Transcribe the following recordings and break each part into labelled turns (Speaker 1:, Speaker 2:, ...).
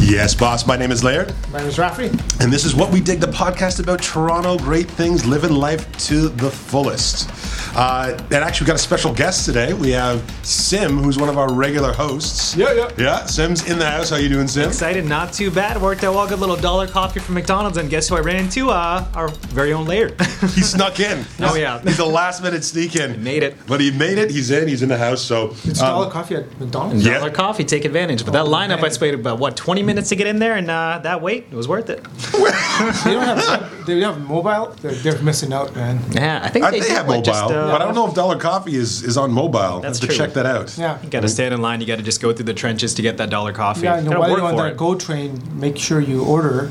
Speaker 1: Yes, boss. My name is Laird,
Speaker 2: My name is Rafi.
Speaker 1: and this is What We Dig, the podcast about Toronto, great things, living life to the fullest. Uh, and actually, we've got a special guest today. We have Sim, who's one of our regular hosts.
Speaker 2: Yeah, yeah.
Speaker 1: Yeah, Sim's in the house. How you doing, Sim?
Speaker 3: Excited, not too bad. Worked out well, good little dollar coffee from McDonald's, and guess who I ran into? Uh, our very own Laird.
Speaker 1: He snuck in.
Speaker 3: Oh, yeah.
Speaker 1: He's a last minute sneak in.
Speaker 3: made it.
Speaker 1: But he made it. He's in. He's in the house. So,
Speaker 2: It's
Speaker 1: um,
Speaker 2: dollar coffee at McDonald's.
Speaker 1: Yeah.
Speaker 3: Dollar coffee, take advantage. But that lineup,
Speaker 2: man.
Speaker 3: I just waited about what 20 minutes to get in there, and uh, that wait, it was worth it.
Speaker 2: They don't have they don't have mobile. They're, they're missing out, man.
Speaker 3: Yeah, I think
Speaker 1: I-
Speaker 3: they,
Speaker 1: they,
Speaker 3: did,
Speaker 1: have mobile,
Speaker 3: like, just, uh,
Speaker 1: but I don't know if Dollar Coffee is, is on mobile.
Speaker 3: That's
Speaker 1: I have to
Speaker 3: true.
Speaker 1: check that out.
Speaker 2: Yeah.
Speaker 3: You gotta stand in line. You gotta just go through the trenches to get that dollar coffee.
Speaker 2: Yeah, and
Speaker 3: Gotta
Speaker 2: while
Speaker 3: work
Speaker 2: you're on
Speaker 3: for
Speaker 2: that
Speaker 3: it.
Speaker 2: Go train, make sure you order.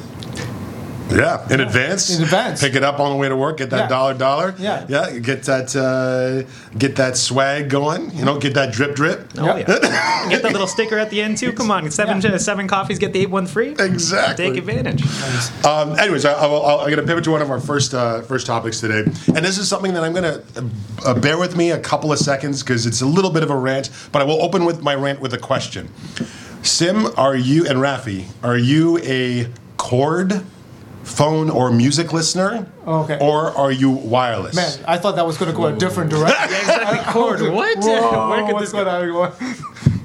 Speaker 1: Yeah, in advance.
Speaker 2: In advance.
Speaker 1: Pick it up on the way to work. Get that
Speaker 2: Yeah.
Speaker 1: dollar dollar.
Speaker 2: Yeah.
Speaker 1: yeah. Get that uh, get that swag going. You know, get that drip drip.
Speaker 3: Oh, yeah. get that little sticker at the end too. Come on, seven seven coffees, get the eight one free.
Speaker 1: Exactly.
Speaker 3: Take advantage.
Speaker 1: Um, anyways, I, I will, I'll, I'm going to pivot to one of our first uh, first topics today, and this is something that I'm going to uh, bear with me a couple of seconds because it's a little bit of a rant, but I will open with my rant with a question. Sim, are you and Rafi? Are you a cord phone or music listener?
Speaker 2: Okay.
Speaker 1: Or are you wireless?
Speaker 2: Man, I thought that was going to go a different direction.
Speaker 3: Exactly. Cord. What?
Speaker 2: Whoa,
Speaker 3: Where could
Speaker 2: what's
Speaker 3: this go?
Speaker 2: going on, everyone?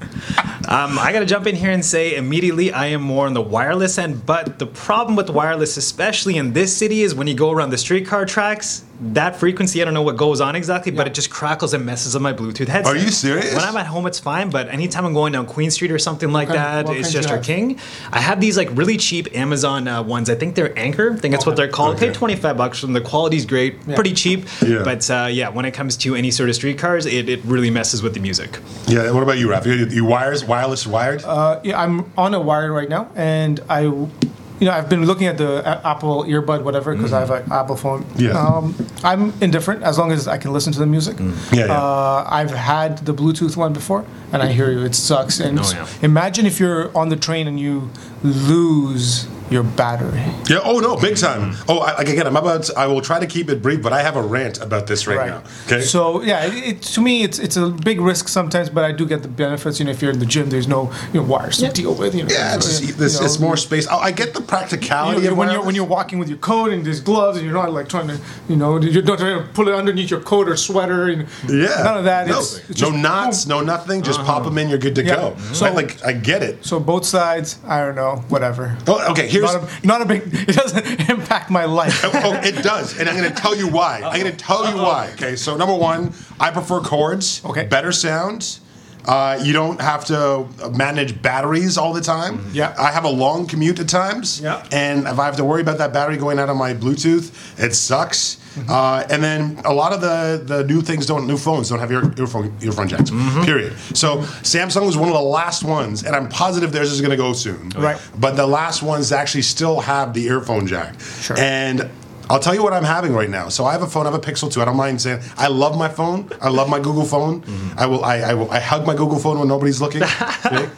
Speaker 3: Um, I gotta jump in here and say immediately I am more on the wireless end, but the problem with wireless, especially in this city, is when you go around the streetcar tracks, that frequency, I don't know what goes on exactly, but it just crackles and messes up my Bluetooth headset.
Speaker 1: Are you serious?
Speaker 3: When I'm at home, it's fine, but anytime I'm going down Queen Street or something like
Speaker 2: Okay,
Speaker 3: that,
Speaker 2: what
Speaker 3: it's
Speaker 2: kind
Speaker 3: just
Speaker 2: you
Speaker 3: our
Speaker 2: have?
Speaker 3: king. I have these like really cheap Amazon uh, ones. I think they're Anchor. I think that's what
Speaker 2: Okay.
Speaker 3: they're called.
Speaker 1: Okay.
Speaker 3: Pay 25 bucks for them. The quality's great,
Speaker 2: Yeah.
Speaker 3: pretty cheap.
Speaker 1: Yeah.
Speaker 3: But uh, yeah, when it comes to any sort of streetcars, it, it really messes with the music.
Speaker 1: Yeah. What about you, Rafi? You, you wires, wireless, wired?
Speaker 2: Uh, yeah, I'm on a wire right now, and I, you know, I've been looking at the A- Apple earbud, whatever, because I have an Apple phone.
Speaker 1: Mm. Yeah. Mm.
Speaker 2: Um, I'm indifferent as long as I can listen to the music.
Speaker 1: Yeah, yeah.
Speaker 2: Uh, I've had the Bluetooth one before, and I hear you. It sucks. And
Speaker 3: Oh, yeah.
Speaker 2: imagine if you're on the train and you lose your battery.
Speaker 1: Yeah. Oh no, big time.
Speaker 2: Mm-hmm.
Speaker 1: Oh, I, like again, I'm about. I will try to keep it brief, but I have a rant about this right, now. Okay.
Speaker 2: So yeah, it, it, to me, it's it's a big risk sometimes, but I do get the benefits. You know, if you're in the gym, there's no you know wires to deal with. You know,
Speaker 1: Yeah, it's,
Speaker 2: uh, you
Speaker 1: just, it's,
Speaker 2: know,
Speaker 1: it's more
Speaker 2: you-
Speaker 1: space. I, I get the
Speaker 2: you know,
Speaker 1: practicality of
Speaker 2: when you're when
Speaker 1: wireless.
Speaker 2: you're walking with your coat and there's gloves and you're not like trying to you know you're not trying to pull it underneath your coat or sweater and
Speaker 1: yeah,
Speaker 2: none of that.
Speaker 1: No,
Speaker 2: It's, it's
Speaker 1: no
Speaker 2: just- Uh-huh.
Speaker 1: knots, no nothing. Just pop them in, you're good to
Speaker 2: Yeah.
Speaker 1: go.
Speaker 2: So-
Speaker 1: Right, like I get it.
Speaker 2: So both sides, I don't know, whatever.
Speaker 1: Oh, okay, here's.
Speaker 2: Not a, not a big. It doesn't impact my life.
Speaker 1: oh, it does, and I'm going to tell you why. I'm going to tell you why. Okay, so number one, I prefer chords.
Speaker 2: Okay.
Speaker 1: better sound. Uh, you don't have to manage batteries all the time.
Speaker 2: Mm-hmm. Yeah.
Speaker 1: I have a long commute at times.
Speaker 2: Yeah.
Speaker 1: and if I have to worry about that battery going out on my Bluetooth, it sucks.
Speaker 2: Mm-hmm.
Speaker 1: Uh, and then a lot of the, the new things don't new phones don't have ear, earphone earphone jacks.
Speaker 2: Mm-hmm.
Speaker 1: Period. So Samsung was one of the last ones, and I'm positive theirs is going to go soon.
Speaker 2: Right.
Speaker 1: But the last ones actually still have the earphone jack.
Speaker 2: Sure.
Speaker 1: And I'll tell you what I'm having right now. So I have a phone. I have a Pixel 2. I don't mind saying I love my phone. I love my Google phone.
Speaker 2: Mm-hmm.
Speaker 1: I will. I, I will. I hug my Google phone when nobody's looking. okay?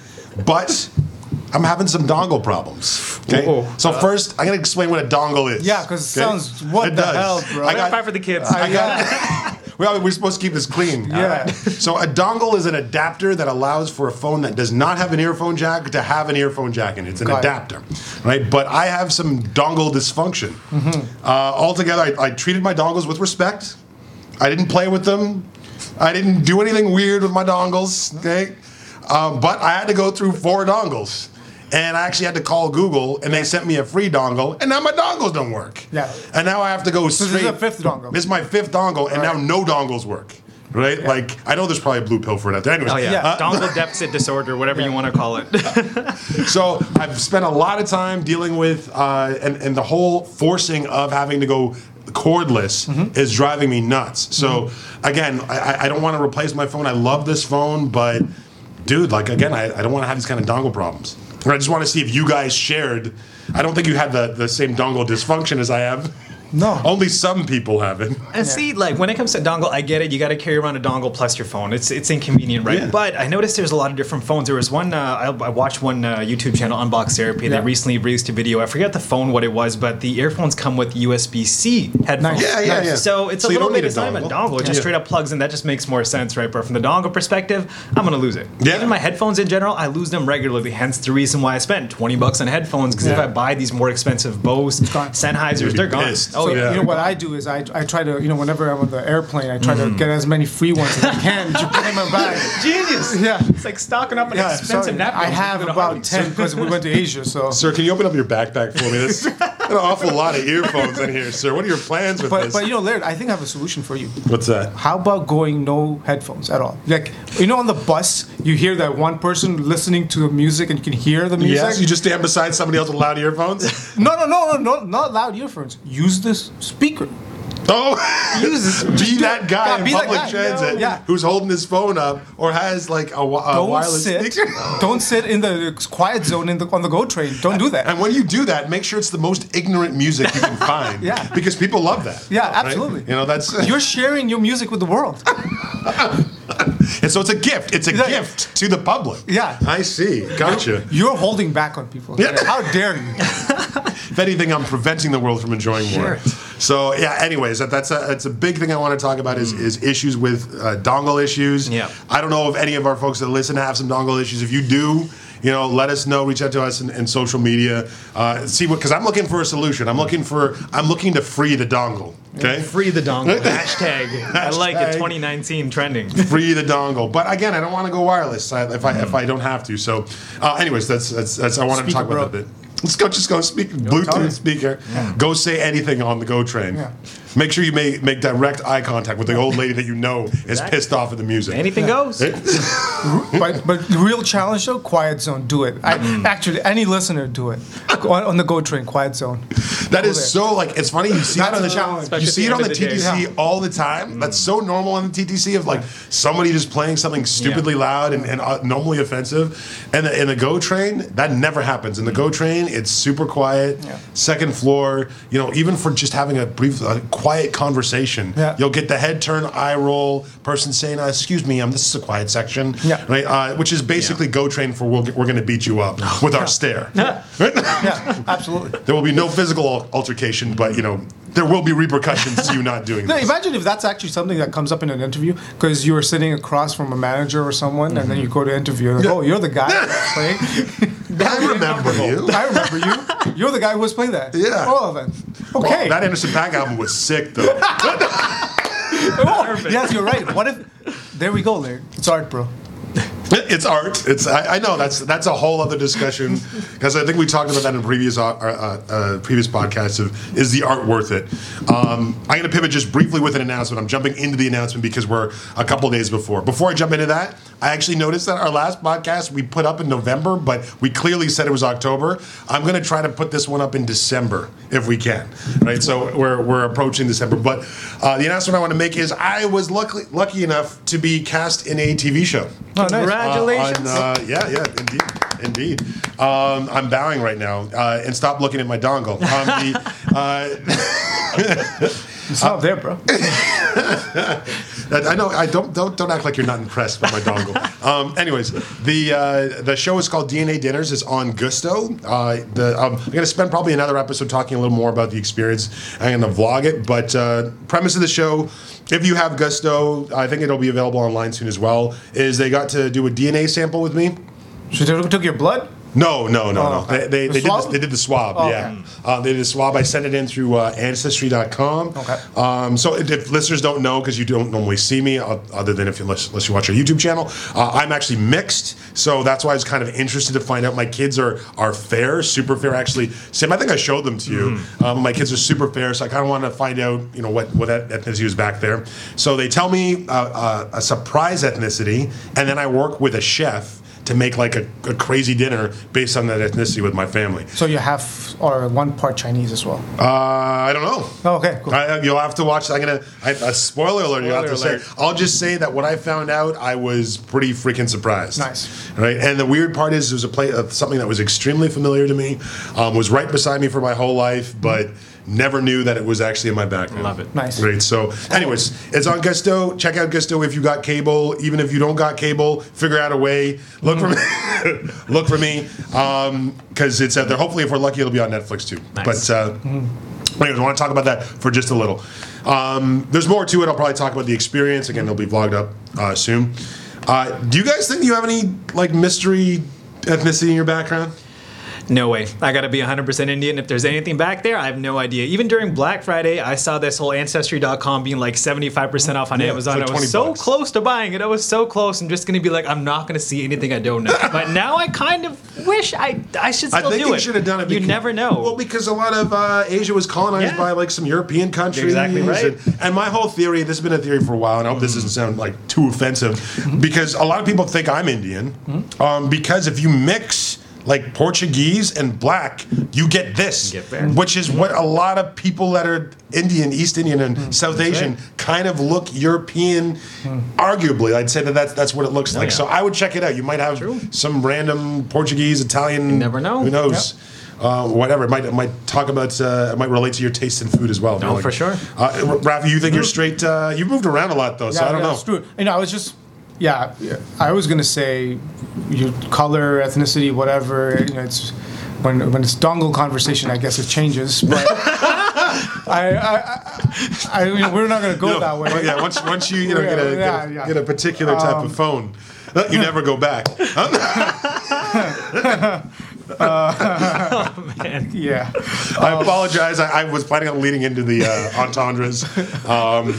Speaker 1: But I'm having some dongle problems. Okay.
Speaker 3: Whoa.
Speaker 1: So first, I'm gonna explain what a dongle is.
Speaker 2: Uh, Yeah, 'cause it sounds- what the hell, bro?
Speaker 1: I got-
Speaker 3: Clarify for the kids.
Speaker 1: I got. we are, we're supposed to keep this clean.
Speaker 2: Yeah.
Speaker 1: So a dongle is an adapter that allows for a phone that does not have an earphone jack to have an earphone jack in it. It's an
Speaker 2: Got it.
Speaker 1: adapter, right? But I have some dongle dysfunction.
Speaker 2: Mm-hmm.
Speaker 1: Uh, altogether, I, I treated my dongles with respect. I didn't play with them. I didn't do anything weird with my dongles. Okay, um, but I had to go through four dongles. And I actually had to call Google, and they sent me a free dongle, and now my dongles don't work.
Speaker 2: Yeah.
Speaker 1: And now I have to go
Speaker 2: is
Speaker 1: straight.
Speaker 2: the fifth dongle.
Speaker 1: This is my fifth dongle, and now no dongles work. Right? Like I know there's probably a blue pill for it out there. Anyways,
Speaker 3: Oh yeah,
Speaker 2: Yeah.
Speaker 3: dongle deficit disorder, whatever you want to call it.
Speaker 1: so I've spent a lot of time dealing with, uh, and, and the whole forcing of having to go cordless is driving me nuts. So again, I, I- I don't want to replace my phone. I love this phone, but dude, like again, I, I don't want to have these kind of dongle problems. Or I just want to see if you guys shared. I don't think you had the, the same dongle dysfunction as I have.
Speaker 2: No.
Speaker 1: Only some people have it.
Speaker 3: And see, like when it comes to dongle, I get it. You got to carry around a dongle plus your phone. It's it's inconvenient, right?
Speaker 1: Yeah.
Speaker 3: But I noticed there's a lot of different phones. There was one uh, I, I watched one uh, YouTube channel, Unbox Therapy. They
Speaker 2: Yeah.
Speaker 3: recently released a video. I forget the phone what it was, but the earphones come with USB-C headphones.
Speaker 2: Nice.
Speaker 1: Yeah, yeah, yeah.
Speaker 3: So it's
Speaker 1: So
Speaker 3: a
Speaker 1: you
Speaker 3: little
Speaker 1: don't
Speaker 3: bit.
Speaker 1: need a
Speaker 3: It's not even a
Speaker 1: dongle.
Speaker 3: dongle. It just
Speaker 1: Yeah.
Speaker 3: straight up plugs in. That just makes more sense, right? But from the dongle perspective, I'm gonna lose it.
Speaker 1: Yeah.
Speaker 3: Even my headphones in general, I lose them regularly. Hence the reason why I spend 20 bucks on headphones. Because if
Speaker 2: Yeah.
Speaker 3: I buy these more expensive Bose,
Speaker 2: gone.
Speaker 3: Sennheisers,
Speaker 1: be
Speaker 3: they're gone.
Speaker 1: pissed.
Speaker 3: Oh
Speaker 2: So,
Speaker 1: yeah.
Speaker 2: you know what I do is I, I try to you know whenever I'm on the airplane I try
Speaker 1: Mm-hmm.
Speaker 2: to get as many free ones as I can to put in my bag.
Speaker 3: Genius.
Speaker 2: Yeah.
Speaker 3: It's like stocking up an
Speaker 2: Yeah,
Speaker 3: expensive
Speaker 2: sorry.
Speaker 3: napkin.
Speaker 2: I have about ten because we went to Asia. So,
Speaker 1: Sir, can you open up your backpack for me? There's an awful lot of earphones in here, sir. What are your plans with
Speaker 2: but
Speaker 1: this?
Speaker 2: but you know, Laird, I think I have a solution for you.
Speaker 1: What's that?
Speaker 2: How about going no headphones at all? Like you know, on the bus you hear that one person listening to music and you can hear the music.
Speaker 1: Yes, you just stand beside somebody else with loud earphones.
Speaker 2: no, no, no, no, no, not loud earphones. Use this speaker.
Speaker 1: Oh,
Speaker 2: Use this.
Speaker 1: be that guy
Speaker 2: Yeah,
Speaker 1: in
Speaker 2: be that
Speaker 1: public
Speaker 2: guy.
Speaker 1: transit
Speaker 2: No. Yeah.
Speaker 1: who's holding his phone up or has like a, wi- a
Speaker 2: Don't
Speaker 1: wireless
Speaker 2: sit.
Speaker 1: speaker.
Speaker 2: don't sit in the quiet zone in the, on the go train. Don't do that.
Speaker 1: And when you do that, make sure it's the most ignorant music you can find.
Speaker 2: Yeah.
Speaker 1: Because people love that.
Speaker 2: Yeah,
Speaker 1: right?
Speaker 2: absolutely.
Speaker 1: You know, that's
Speaker 2: You're sharing your music with the world.
Speaker 1: and so it's a gift. It's a
Speaker 2: Yeah.
Speaker 1: gift to the public.
Speaker 2: Yeah.
Speaker 1: I see. Gotcha.
Speaker 2: You're holding back on people.
Speaker 1: Yeah.
Speaker 2: How dare you?
Speaker 1: if anything, I'm preventing the world from enjoying more.
Speaker 3: Sure.
Speaker 1: So yeah. Anyways, that, that's a that's a big thing I want to talk about is is issues with uh, dongle issues.
Speaker 3: Hmm. Yeah.
Speaker 1: I don't know if any of our folks that listen have some dongle issues. If you do. You know, let us know. Reach out to us in, in social media. Uh, see what, because I'm looking for a solution. I'm looking for. I'm looking to free the dongle. Okay,
Speaker 3: Free the dongle. Hashtag. I like
Speaker 1: Hashtag.
Speaker 3: it. 2019 trending.
Speaker 1: free the dongle. But again, I don't want to go wireless I- if I if I don't have to. So, uh, anyways, that's that's, that's I wanted
Speaker 2: Speaker
Speaker 1: to talk about that
Speaker 2: bro.
Speaker 1: a bit. Let's go. Just go speak
Speaker 2: tell
Speaker 1: Bluetooth
Speaker 2: me.
Speaker 1: speaker. Go say anything on the Go train.
Speaker 2: Yeah.
Speaker 1: Make sure you make make direct eye contact with the old lady that you know is pissed off at the music.
Speaker 3: Anything goes.
Speaker 2: But but the real challenge though, quiet zone. Do it. I,
Speaker 1: Mm.
Speaker 2: Actually, any listener, do it on, on the go train. Quiet zone.
Speaker 1: That is
Speaker 2: there.
Speaker 1: so like it's funny you see it
Speaker 2: That's Mm.
Speaker 1: on the
Speaker 2: a challenge.
Speaker 1: You
Speaker 3: Especially
Speaker 1: see it
Speaker 3: at
Speaker 1: on
Speaker 3: the
Speaker 1: the
Speaker 3: end of the
Speaker 1: TTC
Speaker 2: day.
Speaker 1: all the time. That's so normal on the TTC of like somebody just playing something stupidly loud and, and uh, normally offensive. And the, in the Go train, that never happens. In the Go train, it's super quiet.
Speaker 2: Yeah.
Speaker 1: Second floor, you know, even for just having a brief, uh, quiet conversation,
Speaker 2: Yeah.
Speaker 1: you'll get the head turn, eye roll, person saying, uh, "Excuse me, um, this is a quiet section,"
Speaker 2: Yeah.
Speaker 1: right? Uh, which is basically Go train for we'll, get- we're going to beat you up with our stare. Right?
Speaker 2: Yeah, absolutely.
Speaker 1: There will be no physical al- altercation, but you know there will be repercussions to you not doing
Speaker 2: No,
Speaker 1: this.
Speaker 2: imagine if that's actually something that comes up in an interview because you were sitting across from a manager or someone, and
Speaker 1: Mm-hmm.
Speaker 2: then you go to interview. Like, oh, you're the guy that's playing.
Speaker 1: I remember you.
Speaker 2: I remember you. You're the guy who was playing that.
Speaker 1: Yeah.
Speaker 2: Oh, then. Okay.
Speaker 1: Well, that Anderson Pack album was sick though.
Speaker 2: Oh, yes, you're right. What if? There we go, Larry. It's art, bro.
Speaker 1: it's art. It's I, I know that's that's a whole other discussion because I think we talked about that in previous uh, uh, uh, previous podcasts of is the art worth it? Um, I'm going to pivot just briefly with an announcement. I'm jumping into the announcement because we're a couple days before. Before I jump into that, I actually noticed that our last podcast we put up in November, but we clearly said it was October. I'm going to try to put this one up in December if we can. Right, so we're we're approaching December. But uh, the announcement I want to make is I was lucky lucky enough to be cast in a TV show
Speaker 2: Oh, nice.
Speaker 3: Right. Congratulations.
Speaker 1: uh, on, uh, yeah, yeah, indeed, indeed. Um, I'm bowing right now, uh, and stop looking at my dongle. Um, the, uh,
Speaker 2: It's not there, bro.
Speaker 1: I know. I don't don't don't act like you're not impressed by my dongle. Um, anyways, the uh, the show is called DNA Dinners. It's on Gusto. Uh, the um, I'm gonna spend probably another episode talking a little more about the experience. I'm gonna vlog it, but uh, premise of the show. If you have Gusto, I think it'll be available online soon as well. Is they got to do a DNA sample with me.
Speaker 2: She took took your blood.
Speaker 1: No, no, no,
Speaker 2: Oh,
Speaker 1: no. They,
Speaker 2: okay.
Speaker 1: they,
Speaker 2: The
Speaker 1: they, did,
Speaker 2: swab?
Speaker 1: the, they did the swab,
Speaker 2: Oh,
Speaker 1: yeah.
Speaker 2: okay.
Speaker 1: Uh, they did the swab. I sent it in through uh, Ancestry.com.
Speaker 2: Okay.
Speaker 1: Um, so if, if listeners don't know, because you don't normally see me, uh, other than if you, unless, unless you watch our YouTube channel, uh, I'm actually mixed. So that's why I was kind of interested to find out. My kids are are fair, super fair. Actually, Sam, I think I showed them to you. Um, my kids are super fair, so I kind of wanted to find out, you know, what what that ethnicity was back there. So they tell me uh, uh, a surprise ethnicity, and then I work with a chef to make like a, a crazy dinner based on that ethnicity with my family.
Speaker 2: So you have or one part Chinese as well.
Speaker 1: Uh, I don't know.
Speaker 2: Oh, okay, cool.
Speaker 1: I, you'll have to watch. I'm gonna. I, a spoiler alert. you have to
Speaker 3: Spoiler alert.
Speaker 1: say. I'll just say that when I found out, I was pretty freaking surprised.
Speaker 2: Nice.
Speaker 1: Right. And the weird part is, it was a play uh, something that was extremely familiar to me, um, was right beside me for my whole life, but. Never knew that it was actually in my background.
Speaker 3: Love it.
Speaker 2: Nice.
Speaker 1: Great. So, anyways, it's on Gusto. Check out Gusto if you got cable. Even if you don't got cable, figure out a way. Look for me. look for me because it's out there. Hopefully, if we're lucky, it'll be on Netflix too.
Speaker 3: Nice.
Speaker 1: But uh, anyways, I want to talk about that for just a little. Um, there's more to it. I'll probably talk about the experience again. It'll be vlogged up uh, soon. Uh, do you guys think you have any like mystery ethnicity in your background?
Speaker 3: No way. I gotta be 100% Indian. If there's anything back there, I have no idea. Even during Black Friday, I saw this whole Ancestry.com being like 75% off on
Speaker 1: Yeah,
Speaker 3: Amazon.
Speaker 1: it's like
Speaker 3: I
Speaker 1: 20
Speaker 3: was so
Speaker 1: bucks.
Speaker 3: close to buying it. I was so close. I'm just gonna be like, I'm not gonna see anything I don't know. but now I kind of wish I I should
Speaker 1: I
Speaker 3: still
Speaker 1: think
Speaker 3: do
Speaker 1: you
Speaker 3: it.
Speaker 1: should have done it.
Speaker 3: You
Speaker 1: becau-
Speaker 3: never know.
Speaker 1: Well, because a lot of uh, Asia was colonized
Speaker 3: Yeah.
Speaker 1: by like some European countries.
Speaker 3: exactly right.
Speaker 1: And, and my whole theory, this has been a theory for a while, and I hope this doesn't sound like too offensive, because a lot of people think I'm Indian.
Speaker 3: Hmm?
Speaker 1: Um, because if you mix like Portuguese and black, you get this,
Speaker 3: You get there.
Speaker 1: which is what a lot of people that are Indian, East Indian, and
Speaker 3: Hmm.
Speaker 1: South Asian kind of look European. Arguably, I'd say that that's, that's what it looks like.
Speaker 3: Oh, yeah.
Speaker 1: So I would check it out. You might have
Speaker 3: True.
Speaker 1: some random Portuguese, Italian.
Speaker 3: never know.
Speaker 1: Who knows? Uh, whatever. It might, it might talk about, uh, it might relate to your taste in food as well.
Speaker 3: No, Oh, for sure.
Speaker 1: Uh, R- Rafi, you think you're straight, uh, you've moved around a lot though, so I don't know.
Speaker 2: Mm. Screw it. You know, I was just, yeah, yeah, I was gonna say, your color, ethnicity, whatever. You know, it's when when it's dongle conversation, I guess it changes. But I, I, I, I you know, we're not gonna go
Speaker 1: No,
Speaker 2: that way.
Speaker 1: Yeah, once, once you, you know, get, a, get, a,
Speaker 2: Yeah, yeah. Um,
Speaker 1: get a particular type of phone, uh, you never go back.
Speaker 3: Man.
Speaker 2: Yeah. Um,
Speaker 1: I apologize. I, I was planning on leading into the uh, entendres, um,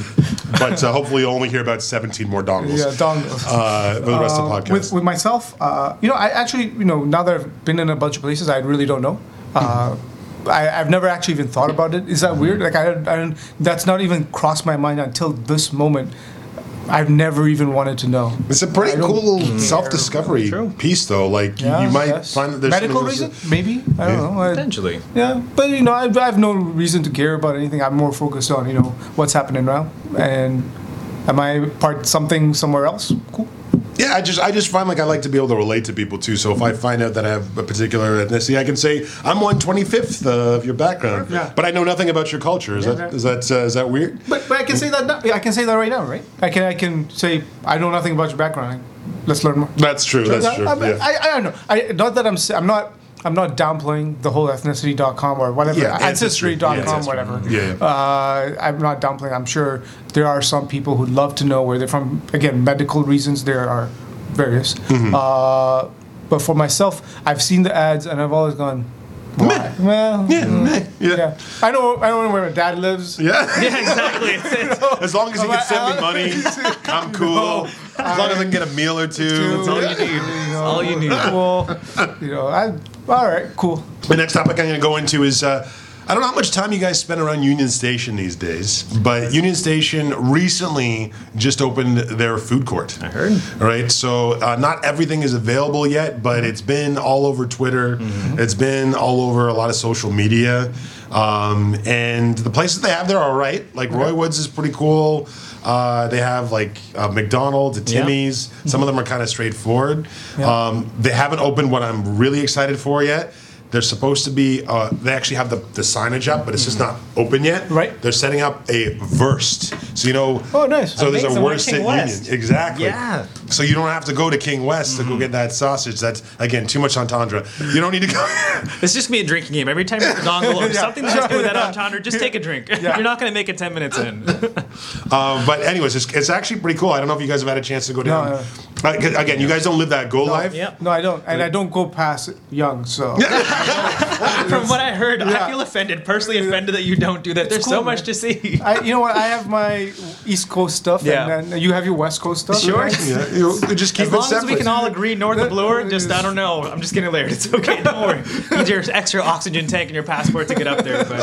Speaker 1: but uh, hopefully you'll only hear about 17 more dongles
Speaker 2: Yeah, dongles.
Speaker 1: uh, for the rest
Speaker 2: Uh,
Speaker 1: of the podcast.
Speaker 2: with, with myself, uh, you know, I actually, you know, now that I've been in a bunch of places, I really don't know.
Speaker 1: Mm-hmm.
Speaker 2: Uh, I, I've never actually even thought about it. Is that weird? Like, I, I don't, that's not even crossed my mind until this moment. I've never even wanted to know.
Speaker 1: It's a pretty cool self-discovery
Speaker 3: Mm. True.
Speaker 1: piece, though. Like you-
Speaker 2: Yeah,
Speaker 1: you might
Speaker 2: yes.
Speaker 1: find that there's
Speaker 2: medical
Speaker 1: something-
Speaker 2: reason, maybe. I don't know. I-
Speaker 3: Potentially.
Speaker 2: yeah, but you know, I, I have no reason to care about anything. I'm more focused on you know what's happening now, and am I part something somewhere else? Cool.
Speaker 1: Yeah, I just I just find like I like to be able to relate to people too. So if
Speaker 2: Mm-hmm.
Speaker 1: I find out that I have a particular ethnicity, I can say I'm one twenty fifth of your background,
Speaker 2: Yeah.
Speaker 1: but I know nothing about your culture. Is
Speaker 2: Yeah,
Speaker 1: that
Speaker 2: yeah.
Speaker 1: is that uh, is that weird?
Speaker 2: But, but I can say that now. I can say that right now, right? I can I can say I know nothing about your background. Let's learn more.
Speaker 1: That's true. That's
Speaker 2: I,
Speaker 1: true.
Speaker 2: I,
Speaker 1: yeah.
Speaker 2: I, I don't know. I not that I'm s- I'm not I'm not downplaying the whole ethnicity.com or whatever
Speaker 1: Yeah, Ancestry.
Speaker 2: ancestry.com
Speaker 1: Yeah, Ancestry.
Speaker 2: whatever.
Speaker 1: Yeah, yeah.
Speaker 2: Uh, I'm not downplaying. I'm sure there are some people who'd love to know where they're from. Again, medical reasons. There are various.
Speaker 1: Mm-hmm.
Speaker 2: Uh, but for myself, I've seen the ads and I've always gone. Why? Well, yeah.
Speaker 1: yeah.
Speaker 2: yeah. I know. I don't know where my dad lives.
Speaker 1: Yeah.
Speaker 3: Yeah, exactly. It's, it's,
Speaker 1: As long as you can send me money, I'm cool. as long as I can get a meal or two.
Speaker 3: all you need. It's all you need.
Speaker 2: Well, you know, I, all right, cool.
Speaker 1: The next topic I'm going to go into is uh, I don't know how much time you guys spend around Union Station these days, but Union Station recently just opened their food court. I
Speaker 3: heard.
Speaker 1: All right, so uh, not everything is available yet, but it's been all over Twitter. It's been all over a lot of social media, um, and the places they have there are right. Like Roy Woods is pretty cool. Uh, they have like uh, McDonald's, a
Speaker 3: Yeah.
Speaker 1: Timmy's. Some of them are kind of straightforward.
Speaker 2: Yeah.
Speaker 1: Um, they haven't opened what I'm really excited for yet. They're supposed to be. Uh, they actually have the, the signage up, but it's just not open yet.
Speaker 2: Mm-hmm. Right.
Speaker 1: They're setting up a verst, so you know.
Speaker 2: Oh, nice.
Speaker 1: So there's a
Speaker 3: Amazing, like
Speaker 1: worst
Speaker 3: King
Speaker 1: at
Speaker 3: West.
Speaker 1: Union. Exactly.
Speaker 3: Yeah.
Speaker 1: So you don't have to go to King West
Speaker 2: Mm-hmm.
Speaker 1: to go get that sausage. That's again too much entendre. You don't need to go.
Speaker 3: It's just me a drinking game. Every time you have a dongle or
Speaker 2: Yeah.
Speaker 3: something that has to do with that entendre, just take a drink.
Speaker 2: Yeah.
Speaker 3: You're not going to make it 10 minutes in.
Speaker 1: Um, but anyways, it's, it's actually pretty cool. I don't know if you guys have had a chance to go down.
Speaker 2: no.
Speaker 1: Uh, 'cause again, you guys don't live that goal life.
Speaker 3: yeah.
Speaker 2: No, I don't, and I don't go past young. So
Speaker 3: From what I heard,
Speaker 2: Yeah.
Speaker 3: I feel offended, personally offended that you don't do that. There's
Speaker 2: cool,
Speaker 3: so much
Speaker 2: man.
Speaker 3: to see.
Speaker 2: I, you know what? I have my East Coast stuff,
Speaker 3: Yeah.
Speaker 2: and then you have your West Coast stuff.
Speaker 3: Sure.
Speaker 2: right?
Speaker 1: Yeah, you you just keep
Speaker 3: As
Speaker 1: it
Speaker 3: long
Speaker 1: separate.
Speaker 3: as we can all agree north of Bloor, just I don't know. I'm just getting layered. It's okay. Don't worry. Need your extra oxygen tank and your passport to get up there, but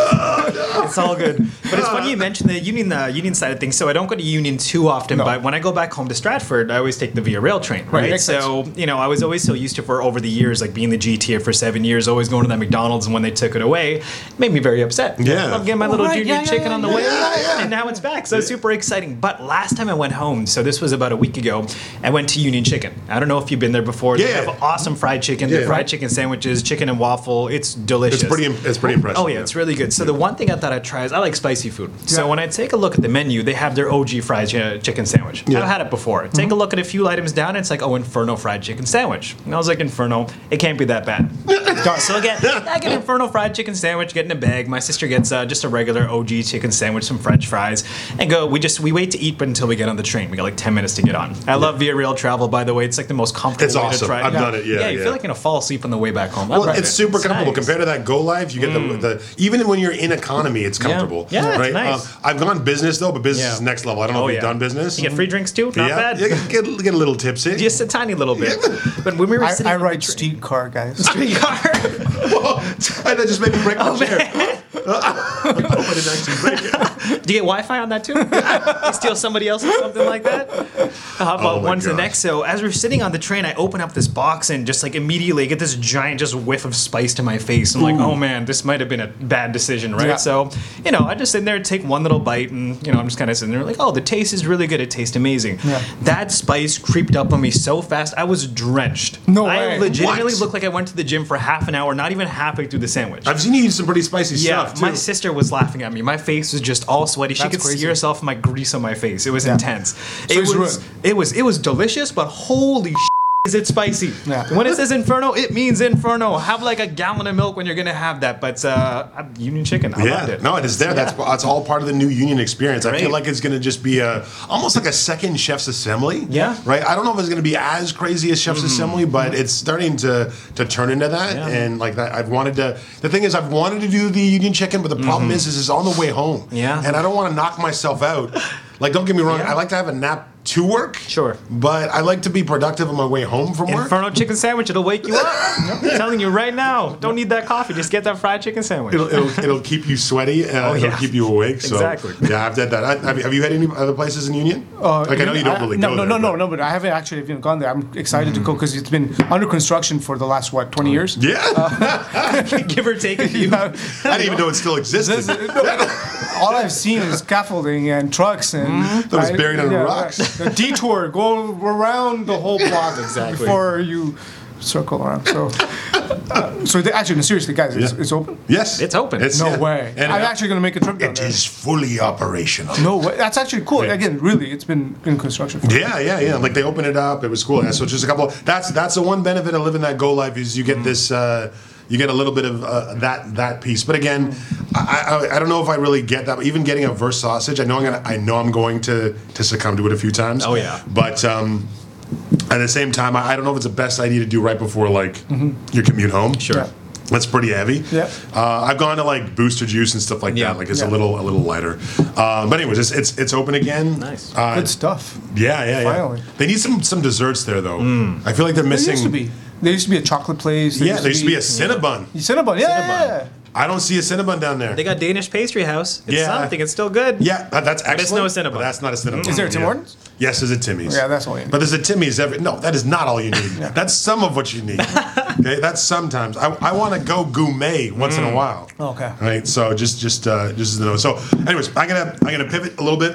Speaker 3: it's all good. But it's funny you mentioned the union the union side of things. So I don't go to Union too often,
Speaker 2: No.
Speaker 3: but when I go back home to Stratford, I always take the Via Rail train.
Speaker 2: Right,
Speaker 3: Right.
Speaker 2: makes
Speaker 3: so you know, I was always so used to for over the years, like being the GT for seven years, always going to that McDonald's, and when they took it away, it made me very upset.
Speaker 1: Yeah.
Speaker 3: I'm getting my
Speaker 2: Oh,
Speaker 3: little
Speaker 2: right,
Speaker 3: junior
Speaker 2: yeah, yeah,
Speaker 3: chicken
Speaker 2: yeah,
Speaker 3: on the
Speaker 2: yeah,
Speaker 3: way,
Speaker 1: yeah, yeah.
Speaker 3: and now it's back. So it's super exciting. But last time I went home, so this was about a week ago, I went to Union Chicken. I don't know if you've been there before. They
Speaker 1: Yeah.
Speaker 3: have awesome fried chicken, their
Speaker 1: Yeah.
Speaker 3: fried chicken sandwiches, chicken and waffle. It's delicious.
Speaker 1: It's pretty. im- It's pretty impressive.
Speaker 3: Oh yeah, it's really good. So the one thing I thought I'd try is I like spicy food.
Speaker 2: Yeah.
Speaker 3: So when I take a look at the menu, they have their OG fried chi- chicken sandwich.
Speaker 1: Yeah. Mm-hmm.
Speaker 3: I've had it before. Take a look at a few items down, it's like oh Inferno fried chicken sandwich. And I was like Inferno, it can't be that bad. so again, I get Inferno fried chicken sandwich, get in a bag. My sister gets uh, just a regular OG chicken sandwich, some French fries, and go. We just we wait to eat, but until we get on the train, we got like ten minutes to get on. I love Via Rail travel, by the way. It's like the most comfortable.
Speaker 1: It's
Speaker 3: way
Speaker 1: awesome.
Speaker 3: To try.
Speaker 1: I've done it, yeah,
Speaker 3: yeah. You
Speaker 1: yeah.
Speaker 3: feel like you're gonna fall asleep on the way back home. I
Speaker 1: Well,
Speaker 3: love
Speaker 1: it's
Speaker 3: it.
Speaker 1: super comfortable
Speaker 3: nice. Mm.
Speaker 1: compared to that Go Live. You get the, the even when you're in economy, it's comfortable. Um,
Speaker 3: Yeah, it's nice.
Speaker 1: I've gone business though, but business
Speaker 3: Yeah.
Speaker 1: is next level. I don't know
Speaker 3: Oh,
Speaker 1: if you've
Speaker 3: yeah.
Speaker 1: done business.
Speaker 3: You get free drinks too. Not
Speaker 1: yeah,
Speaker 3: bad.
Speaker 1: yeah, get, get, a little tipsy.
Speaker 3: Just a tiny little bit. But when we were
Speaker 2: I,
Speaker 3: sitting
Speaker 2: I
Speaker 3: in the
Speaker 2: ride
Speaker 3: tra-
Speaker 2: streetcar, guys.
Speaker 3: streetcar,
Speaker 1: Whoa, I that just made me break my chair. oh, I didn't actually break it.
Speaker 3: do you get Wi-Fi on that too? you steal somebody else or something like that? How about
Speaker 1: Oh my
Speaker 3: one to the
Speaker 1: gosh.
Speaker 3: next? So as we're sitting on the train, I open up this box and just like immediately I get this giant just whiff of spice to my face. I'm like, oh man, this might have been a bad decision, right?
Speaker 2: Yeah.
Speaker 3: So you know, I just sit there, take one little bite, and you know, I'm just kind of sitting there like, oh, the taste is really good. It tastes amazing.
Speaker 2: Yeah.
Speaker 3: That spice creeped up on me so fast, I was drenched.
Speaker 2: No
Speaker 3: I
Speaker 2: way.
Speaker 3: legitimately
Speaker 1: What?
Speaker 3: looked like I went to the gym for half an hour, not even halfway through the sandwich.
Speaker 1: I've seen you eat some pretty spicy
Speaker 3: Yeah,
Speaker 1: stuff too.
Speaker 3: my sister was laughing at me. My face was just all sweaty. she
Speaker 2: That's
Speaker 3: could see
Speaker 2: crazy.
Speaker 3: herself in my grease on my face. It was
Speaker 2: Yeah.
Speaker 3: intense. it
Speaker 2: it's
Speaker 3: was
Speaker 2: ruined.
Speaker 3: it was it was delicious, but holy is it spicy.
Speaker 2: Yeah.
Speaker 3: When it says inferno, it means inferno. Have like a gallon of milk when you're gonna have that. But uh, I- Union Chicken, I loved
Speaker 1: yeah,
Speaker 3: it.
Speaker 1: no, it is there. That's that's all part of the new union experience. I feel
Speaker 3: Great.
Speaker 1: like it's going to just be a almost like a second chef's assembly.
Speaker 3: Yeah. Hmm.
Speaker 1: right. I don't know if it's going to be as crazy as chef's assembly, but it's starting to to turn into that.
Speaker 3: Yeah.
Speaker 1: And like that, I've wanted to. The thing is, I've wanted to do the union chicken, but the problem is, is it's on the way home.
Speaker 3: Mm-hmm. Yeah.
Speaker 1: and I don't want to knock myself out. Like, don't get me wrong. I like to have a nap to work.
Speaker 3: Sure.
Speaker 1: but I like to be productive on my way home from work.
Speaker 3: Inferno chicken sandwich, it'll wake you up. I'm telling you right now. Don't need that coffee. Just get that fried chicken sandwich.
Speaker 1: It'll, it'll, it'll keep you sweaty. Uh,
Speaker 3: Oh, yeah.
Speaker 1: It'll keep you awake. So.
Speaker 3: Exactly.
Speaker 1: Yeah, I've done that. I, have, you- have you had any other places in Union? like I know you don't really
Speaker 2: Uh, no,
Speaker 1: go
Speaker 2: no,
Speaker 1: there,
Speaker 2: no, no,
Speaker 1: but-
Speaker 2: no. But I haven't actually even gone there. I'm excited
Speaker 3: Mm.
Speaker 2: to go because it's been under construction for the last what 20 years.
Speaker 1: Yeah,
Speaker 2: Uh,
Speaker 3: Give or take a few.
Speaker 1: I didn't even know it still existed.
Speaker 2: All I've seen is scaffolding and trucks and
Speaker 1: Mm-hmm. That was buried under rocks.
Speaker 2: The detour, go around the whole block
Speaker 3: Exactly.
Speaker 2: before you circle around. So, uh, so they, actually, no, seriously, guys, it's,
Speaker 1: Yeah.
Speaker 2: it's open.
Speaker 1: yes,
Speaker 3: It's open.
Speaker 2: No
Speaker 1: yeah.
Speaker 2: way.
Speaker 1: And uh,
Speaker 2: I'm
Speaker 1: it-
Speaker 2: actually gonna make a trip down
Speaker 1: It
Speaker 2: there.
Speaker 1: is fully operational.
Speaker 2: No way. That's actually cool.
Speaker 1: Yeah.
Speaker 2: Again, really, it's been in construction. For
Speaker 1: Yeah, yeah, yeah. Like they opened it up. It was cool. Yeah, so just a couple. That's that's the one benefit of living that go life is you get
Speaker 3: Mm-hmm.
Speaker 1: this. Uh, you get a little bit of uh, that that piece. But again, I, I I don't know if I really get that. But even getting a verse sausage, I know I'm gonna I know I'm going to to succumb to it a few times.
Speaker 3: Oh, yeah.
Speaker 1: But um, at the same time, I, I don't know if it's the best idea to do right before like your commute home.
Speaker 3: Mm-hmm. Sure.
Speaker 2: Yeah.
Speaker 1: That's pretty heavy.
Speaker 2: Yeah.
Speaker 1: Uh, I've gone to like Booster Juice and stuff like
Speaker 3: Yeah.
Speaker 1: that. Like it's a
Speaker 2: Yeah.
Speaker 1: little a little lighter. Uh, but anyways, it's, it's it's open again.
Speaker 3: Nice.
Speaker 1: Uh,
Speaker 2: Good stuff.
Speaker 1: yeah, yeah, yeah.
Speaker 2: Finally. Hmm.
Speaker 1: They need some some desserts there though. I feel like they're
Speaker 2: There
Speaker 1: missing.
Speaker 2: used to be. There used to be a chocolate place.
Speaker 1: Yeah, there used to be a Cinnabon.
Speaker 2: Cinnabon. Yeah, yeah,
Speaker 1: I don't see a Cinnabon down there.
Speaker 3: They got Danish pastry house. It's
Speaker 1: Yeah.
Speaker 3: something. It's still good.
Speaker 1: yeah, that- that's
Speaker 3: it's
Speaker 1: excellent.
Speaker 3: no Cinnabon.
Speaker 1: but That's not a Cinnabon.
Speaker 2: Is there a Tim
Speaker 1: yeah.
Speaker 2: Hortons?
Speaker 1: Yes, there's a Timmy's.
Speaker 2: Yeah, that's all you need.
Speaker 1: But there's a Timmy's every. No, that is not all you need. That's some of what you need. okay, that's sometimes. I, I want to go gourmet once in a while.
Speaker 2: Hmm. Okay.
Speaker 1: Right. So just just uh, just as a note. So, anyways, I'm gonna I'm gonna pivot a little bit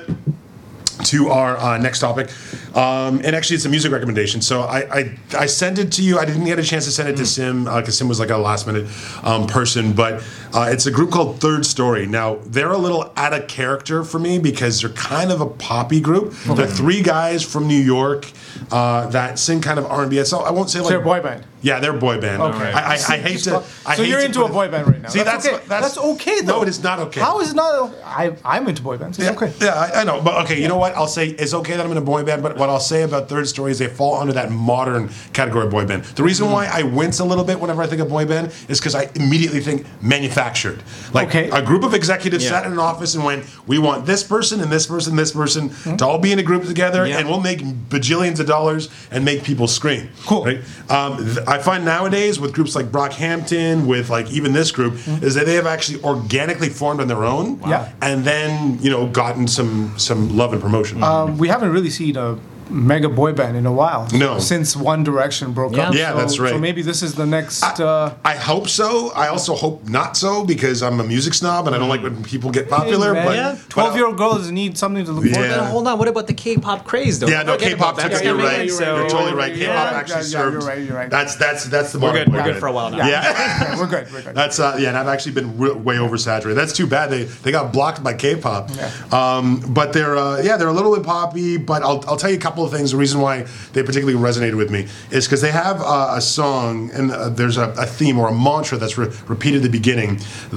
Speaker 1: to our uh, next topic, um, and actually it's a music recommendation. So I, I I sent it to you. I didn't get a chance to send it to
Speaker 2: Mm.
Speaker 1: Sim because Sim was like a last minute um, person. But uh, it's a group called Third Story. Now they're a little out of character for me because they're kind of a poppy group. They're three guys from New York uh, that sing kind of R and B. So I won't say like
Speaker 2: They're a boy band.
Speaker 1: Yeah, they're a boy band.
Speaker 2: Okay.
Speaker 1: I, I, I hate to. I
Speaker 2: so
Speaker 1: hate
Speaker 2: you're
Speaker 1: to
Speaker 2: into
Speaker 1: put
Speaker 2: a
Speaker 1: it-
Speaker 2: boy band right now.
Speaker 1: See, that's
Speaker 2: okay.
Speaker 1: that's,
Speaker 2: okay though.
Speaker 1: No, it is not okay.
Speaker 2: How is it not? I I'm into boy bands. It's
Speaker 1: Yeah,
Speaker 2: okay.
Speaker 1: Yeah, I, I know. But okay, you know what? I'll say it's okay that I'm in a boy band, but what what I'll say about Third Story is they fall under that modern category of boy band. The
Speaker 2: Mm-hmm.
Speaker 1: reason why I wince a little bit whenever I think of boy band is because I immediately think manufactured. Like
Speaker 2: Okay.
Speaker 1: a group of executives
Speaker 3: Yeah.
Speaker 1: sat in an office and went, "We want this person and this person, this person
Speaker 2: Mm-hmm.
Speaker 1: to all be in a group together,
Speaker 3: Yeah.
Speaker 1: and we'll make bajillions of dollars and make people scream."
Speaker 2: Cool.
Speaker 1: Right? Um, th- I find nowadays with groups like Brockhampton, with like even this group,
Speaker 2: Mm-hmm.
Speaker 1: is that they have actually organically formed on their own,
Speaker 2: Yeah.
Speaker 1: and then you know gotten some some love and promotion.
Speaker 2: Um, we haven't really seen a mega boy band in a while.
Speaker 1: No.
Speaker 2: Since One Direction broke
Speaker 3: Yeah.
Speaker 2: up.
Speaker 1: Yeah,
Speaker 2: So-
Speaker 1: that's
Speaker 2: So
Speaker 1: right. Ah,
Speaker 2: maybe this is the next. uh,
Speaker 1: I hope so. I also hope not so because I'm a music snob and I don't like when people get popular.
Speaker 2: hey, man,
Speaker 1: but
Speaker 3: Yeah.
Speaker 1: but-
Speaker 2: twelve-year-old girls need something to look
Speaker 1: Yeah.
Speaker 2: forward
Speaker 3: Well,
Speaker 2: to.
Speaker 3: then hold on. What about the K-pop craze, though?
Speaker 1: Yeah, no,
Speaker 3: Forget
Speaker 1: K-pop
Speaker 3: about
Speaker 1: took
Speaker 3: that.
Speaker 1: it.
Speaker 2: That's
Speaker 1: You're
Speaker 2: coming,
Speaker 1: right.
Speaker 2: you're
Speaker 1: You're
Speaker 2: right,
Speaker 1: totally
Speaker 2: you're
Speaker 1: right.
Speaker 2: right,
Speaker 1: K-pop
Speaker 2: yeah,
Speaker 1: actually
Speaker 2: yeah, you're
Speaker 1: served.
Speaker 2: right, you're right.
Speaker 1: That's that's that's the modern
Speaker 3: good, we're
Speaker 1: boy
Speaker 3: good
Speaker 1: band.
Speaker 3: for a while now.
Speaker 1: Yeah.
Speaker 2: Yeah, we're good. We're good.
Speaker 1: That's uh, yeah, and I've actually been re- way oversaturated. That's too bad. They they got blocked by K-pop.
Speaker 2: Yeah.
Speaker 1: Um, but they're uh, yeah, they're a little bit poppy. But I'll, I'll tell you a couple of things. The reason why they particularly resonated with me is because they have uh, a song and uh, there's a, a theme or a mantra that's re- repeated at the beginning.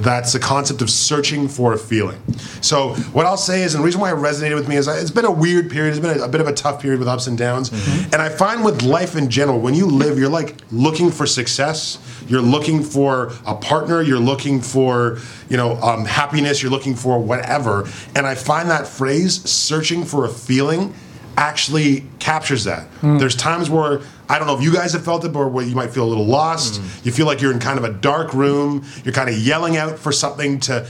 Speaker 1: That's the concept of searching for a feeling. So what I'll say is, and the reason why it resonated with me is I, it's been a weird period. It's been a, a bit of a tough period with ups and downs. And I find with life in general, when you live, you're like looking for success. You're looking for a partner. You're looking for you know um, happiness. You're looking for whatever. And I find that phrase "searching for a feeling" actually captures that. There's times where I don't know if you guys have felt it, but where you might feel a little lost. You feel like you're in kind of a dark room. You're kind of yelling out for something to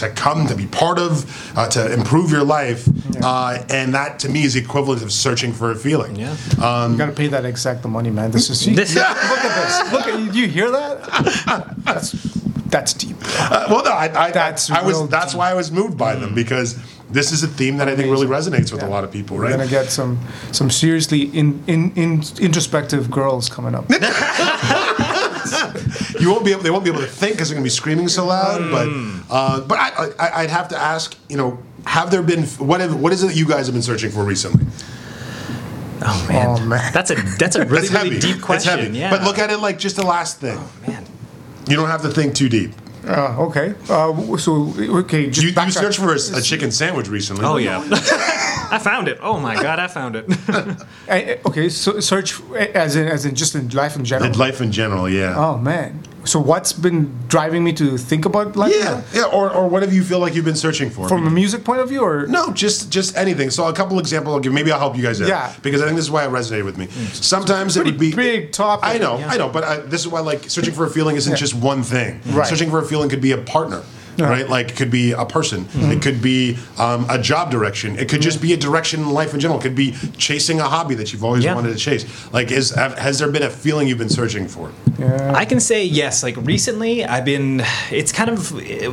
Speaker 1: to come to be part of uh, to improve your life. Uh, and that to me is the equivalent of searching for a feeling.
Speaker 3: Yeah.
Speaker 2: You gotta pay that exact the money, man. This is
Speaker 3: This-
Speaker 2: look at this. Look at you. Hear that? That's that's deep.
Speaker 1: Uh, well, no, I, I,
Speaker 2: That's
Speaker 1: I was.
Speaker 2: real
Speaker 1: That's why I was moved by them because this is a theme that I think really resonates with a lot of people,
Speaker 2: We're gonna
Speaker 1: right?
Speaker 2: get some some seriously in, in, in introspective girls coming up.
Speaker 1: You won't be. Able, they won't be able to think because they're going to be screaming so loud. But, uh, but I, I, I'd have to ask. You know, have there been what? Have, what is it that you guys have been searching for recently?
Speaker 3: Oh man.
Speaker 2: Oh, man.
Speaker 3: that's a that's a really
Speaker 1: That's heavy.
Speaker 3: really deep
Speaker 1: That's
Speaker 3: question.
Speaker 1: heavy.
Speaker 3: Yeah,
Speaker 1: But look at it like just the last thing.
Speaker 3: man.
Speaker 1: You don't have to think too deep.
Speaker 2: Uh, okay. Uh, w- so okay. Just
Speaker 1: You, you
Speaker 2: backtrack.
Speaker 1: searched for a, s- a chicken sandwich recently.
Speaker 3: Oh yeah, I found it. Oh my god, I found it.
Speaker 2: I- I- Eh, okay. So search eh, as in as in just in life in general.
Speaker 1: And Life in general, yeah.
Speaker 2: Oh man. So what's been driving me to think about life?
Speaker 1: Yeah, yeah. Or, or whatever you feel like you've been searching for.
Speaker 2: From a music point of view, or
Speaker 1: No, just just anything. So a couple examples I'll give. Maybe I'll help you guys out.
Speaker 2: Yeah.
Speaker 1: Because I think this is why it resonated with me. Sometimes it would be
Speaker 2: big topic.
Speaker 1: I know,
Speaker 3: Yeah.
Speaker 1: I know, but I, this is why like searching for a feeling isn't just one thing.
Speaker 2: Right.
Speaker 1: Searching for a feeling could be a partner. Right, like it could be a person, it could be um, a job direction, it could just be a direction in life in general. It could be chasing a hobby that you've always
Speaker 3: Yeah.
Speaker 1: wanted to chase. Like, is have, has there been a feeling you've been searching for?
Speaker 3: I can say yes. Like recently, I've been. It's kind of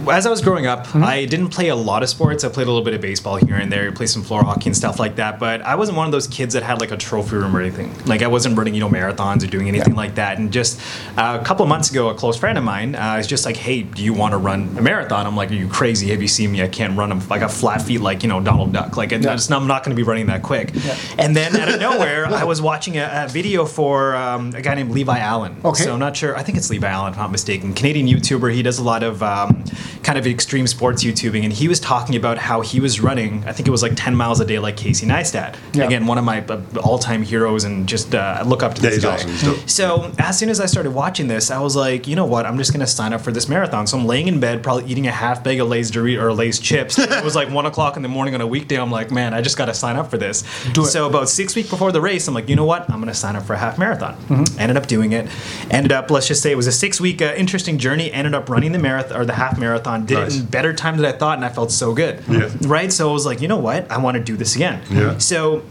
Speaker 3: as I was growing up.
Speaker 2: Mm-hmm.
Speaker 3: I didn't play a lot of sports. I played a little bit of baseball here and there. Played some floor hockey and stuff like that. But I wasn't one of those kids that had like a trophy room or anything. Like I wasn't running, you know, marathons or doing anything like that. And just uh, a couple of months ago, a close friend of mine uh, is just like, "Hey, do you want to run a marathon?" I'm like, "Are you crazy? Have you seen me? I can't run. I'm, I got flat feet, like you know, Donald Duck. Like and
Speaker 2: Yeah.
Speaker 3: it's not- I'm not going to be running that quick." And then out of nowhere, I was watching a, a video for um, a guy named Levi Allen.
Speaker 2: Okay.
Speaker 3: So I'm not sure. I think it's Levi Allen, if I'm not mistaken. Canadian YouTuber. He does a lot of um, kind of extreme sports YouTubing, and he was talking about how he was running. I think it was like 10 miles a day, like Casey Neistat.
Speaker 2: Yeah.
Speaker 3: Again, one of my uh, all-time heroes, and just uh, I look up to
Speaker 1: Yeah,
Speaker 3: this
Speaker 1: he's
Speaker 3: guy.
Speaker 1: awesome. He's dope.
Speaker 3: So as soon as I started watching this, I was like, you know what? I'm just gonna sign up for this marathon. So I'm laying in bed, probably eating a half bag of Lay's Dorito or Lay's chips. it was like one o'clock in the morning on a weekday. I'm like, man, I just gotta sign up for this.
Speaker 2: Do it.
Speaker 3: So about six weeks before the race, I'm like, you know what? I'm gonna sign up for a half marathon.
Speaker 2: Mm-hmm.
Speaker 3: Ended up doing it. Ended up, let's just say it was a six week uh, interesting journey. Ended up running the marathon or the half marathon. Did
Speaker 1: Nice.
Speaker 3: it in better time than I thought, and I felt so good.
Speaker 1: Yeah.
Speaker 3: Right. So I was like, you know what? I want to do this again.
Speaker 1: Yeah. Mm-hmm.
Speaker 3: So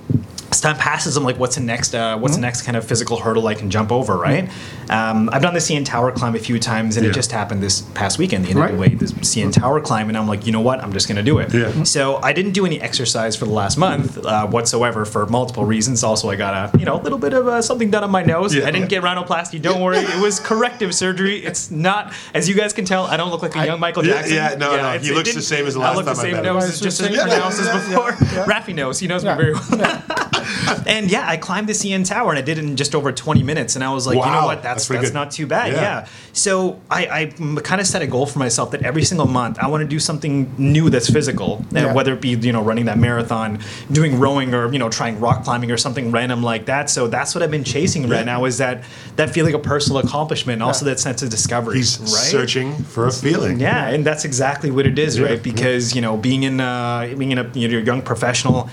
Speaker 3: as time passes, I'm like, what's the next? Uh, what's the next kind of physical hurdle I can jump over? Right. Um, I've done the CN Tower climb a few times, and
Speaker 1: Yeah. Mm-hmm.
Speaker 3: it just happened this past weekend. The end of
Speaker 2: Right.
Speaker 3: the way, this CN Tower climb, and I'm like, you know what? I'm just gonna do it. Mm-hmm.
Speaker 1: Yeah. Mhm.
Speaker 3: So I didn't do any exercise for the last month uh, whatsoever for multiple reasons. Also, I got a you know a little bit of uh, something done on my nose.
Speaker 1: Yeah.
Speaker 3: I didn't get rhinoplasty. Don't worry, it was corrective surgery. It's not as you guys can tell. I don't look like a young Michael
Speaker 1: Yeah,
Speaker 3: Jackson.
Speaker 1: yeah, no, no,
Speaker 3: it's-
Speaker 1: he
Speaker 3: it
Speaker 1: looks the
Speaker 3: didn't-
Speaker 1: same as the
Speaker 3: I
Speaker 1: last
Speaker 3: look the
Speaker 1: time I
Speaker 3: same
Speaker 1: met him.
Speaker 3: nose, just as
Speaker 2: Yeah,
Speaker 3: pronounced as
Speaker 2: yeah, yeah,
Speaker 3: before.
Speaker 2: yeah.
Speaker 3: Raffy knows. He knows
Speaker 2: Yeah.
Speaker 3: me very well.
Speaker 2: Yeah.
Speaker 3: and yeah, I climbed the CN Tower and I did it in just over 20 minutes. And I was like, you
Speaker 1: Wow,
Speaker 3: know what? That's
Speaker 1: that's pretty
Speaker 3: that's,
Speaker 1: good.
Speaker 3: not too bad.
Speaker 1: Yeah.
Speaker 3: Yeah. So I, I kind of set a goal for myself that every single month I want to do something new that's physical, and
Speaker 2: Yeah.
Speaker 3: whether it be you know running that marathon, doing rowing, or you know trying rock climbing or something random like that. So that's what I've been chasing right now is that that feeling of personal accomplishment, and also that sense of discovery.
Speaker 1: He's
Speaker 3: right?
Speaker 1: searching for a feeling.
Speaker 3: Yeah, and that's exactly what it is,
Speaker 1: Yeah,
Speaker 3: right? Because you know, being in uh, being in a you know, you're a young professional,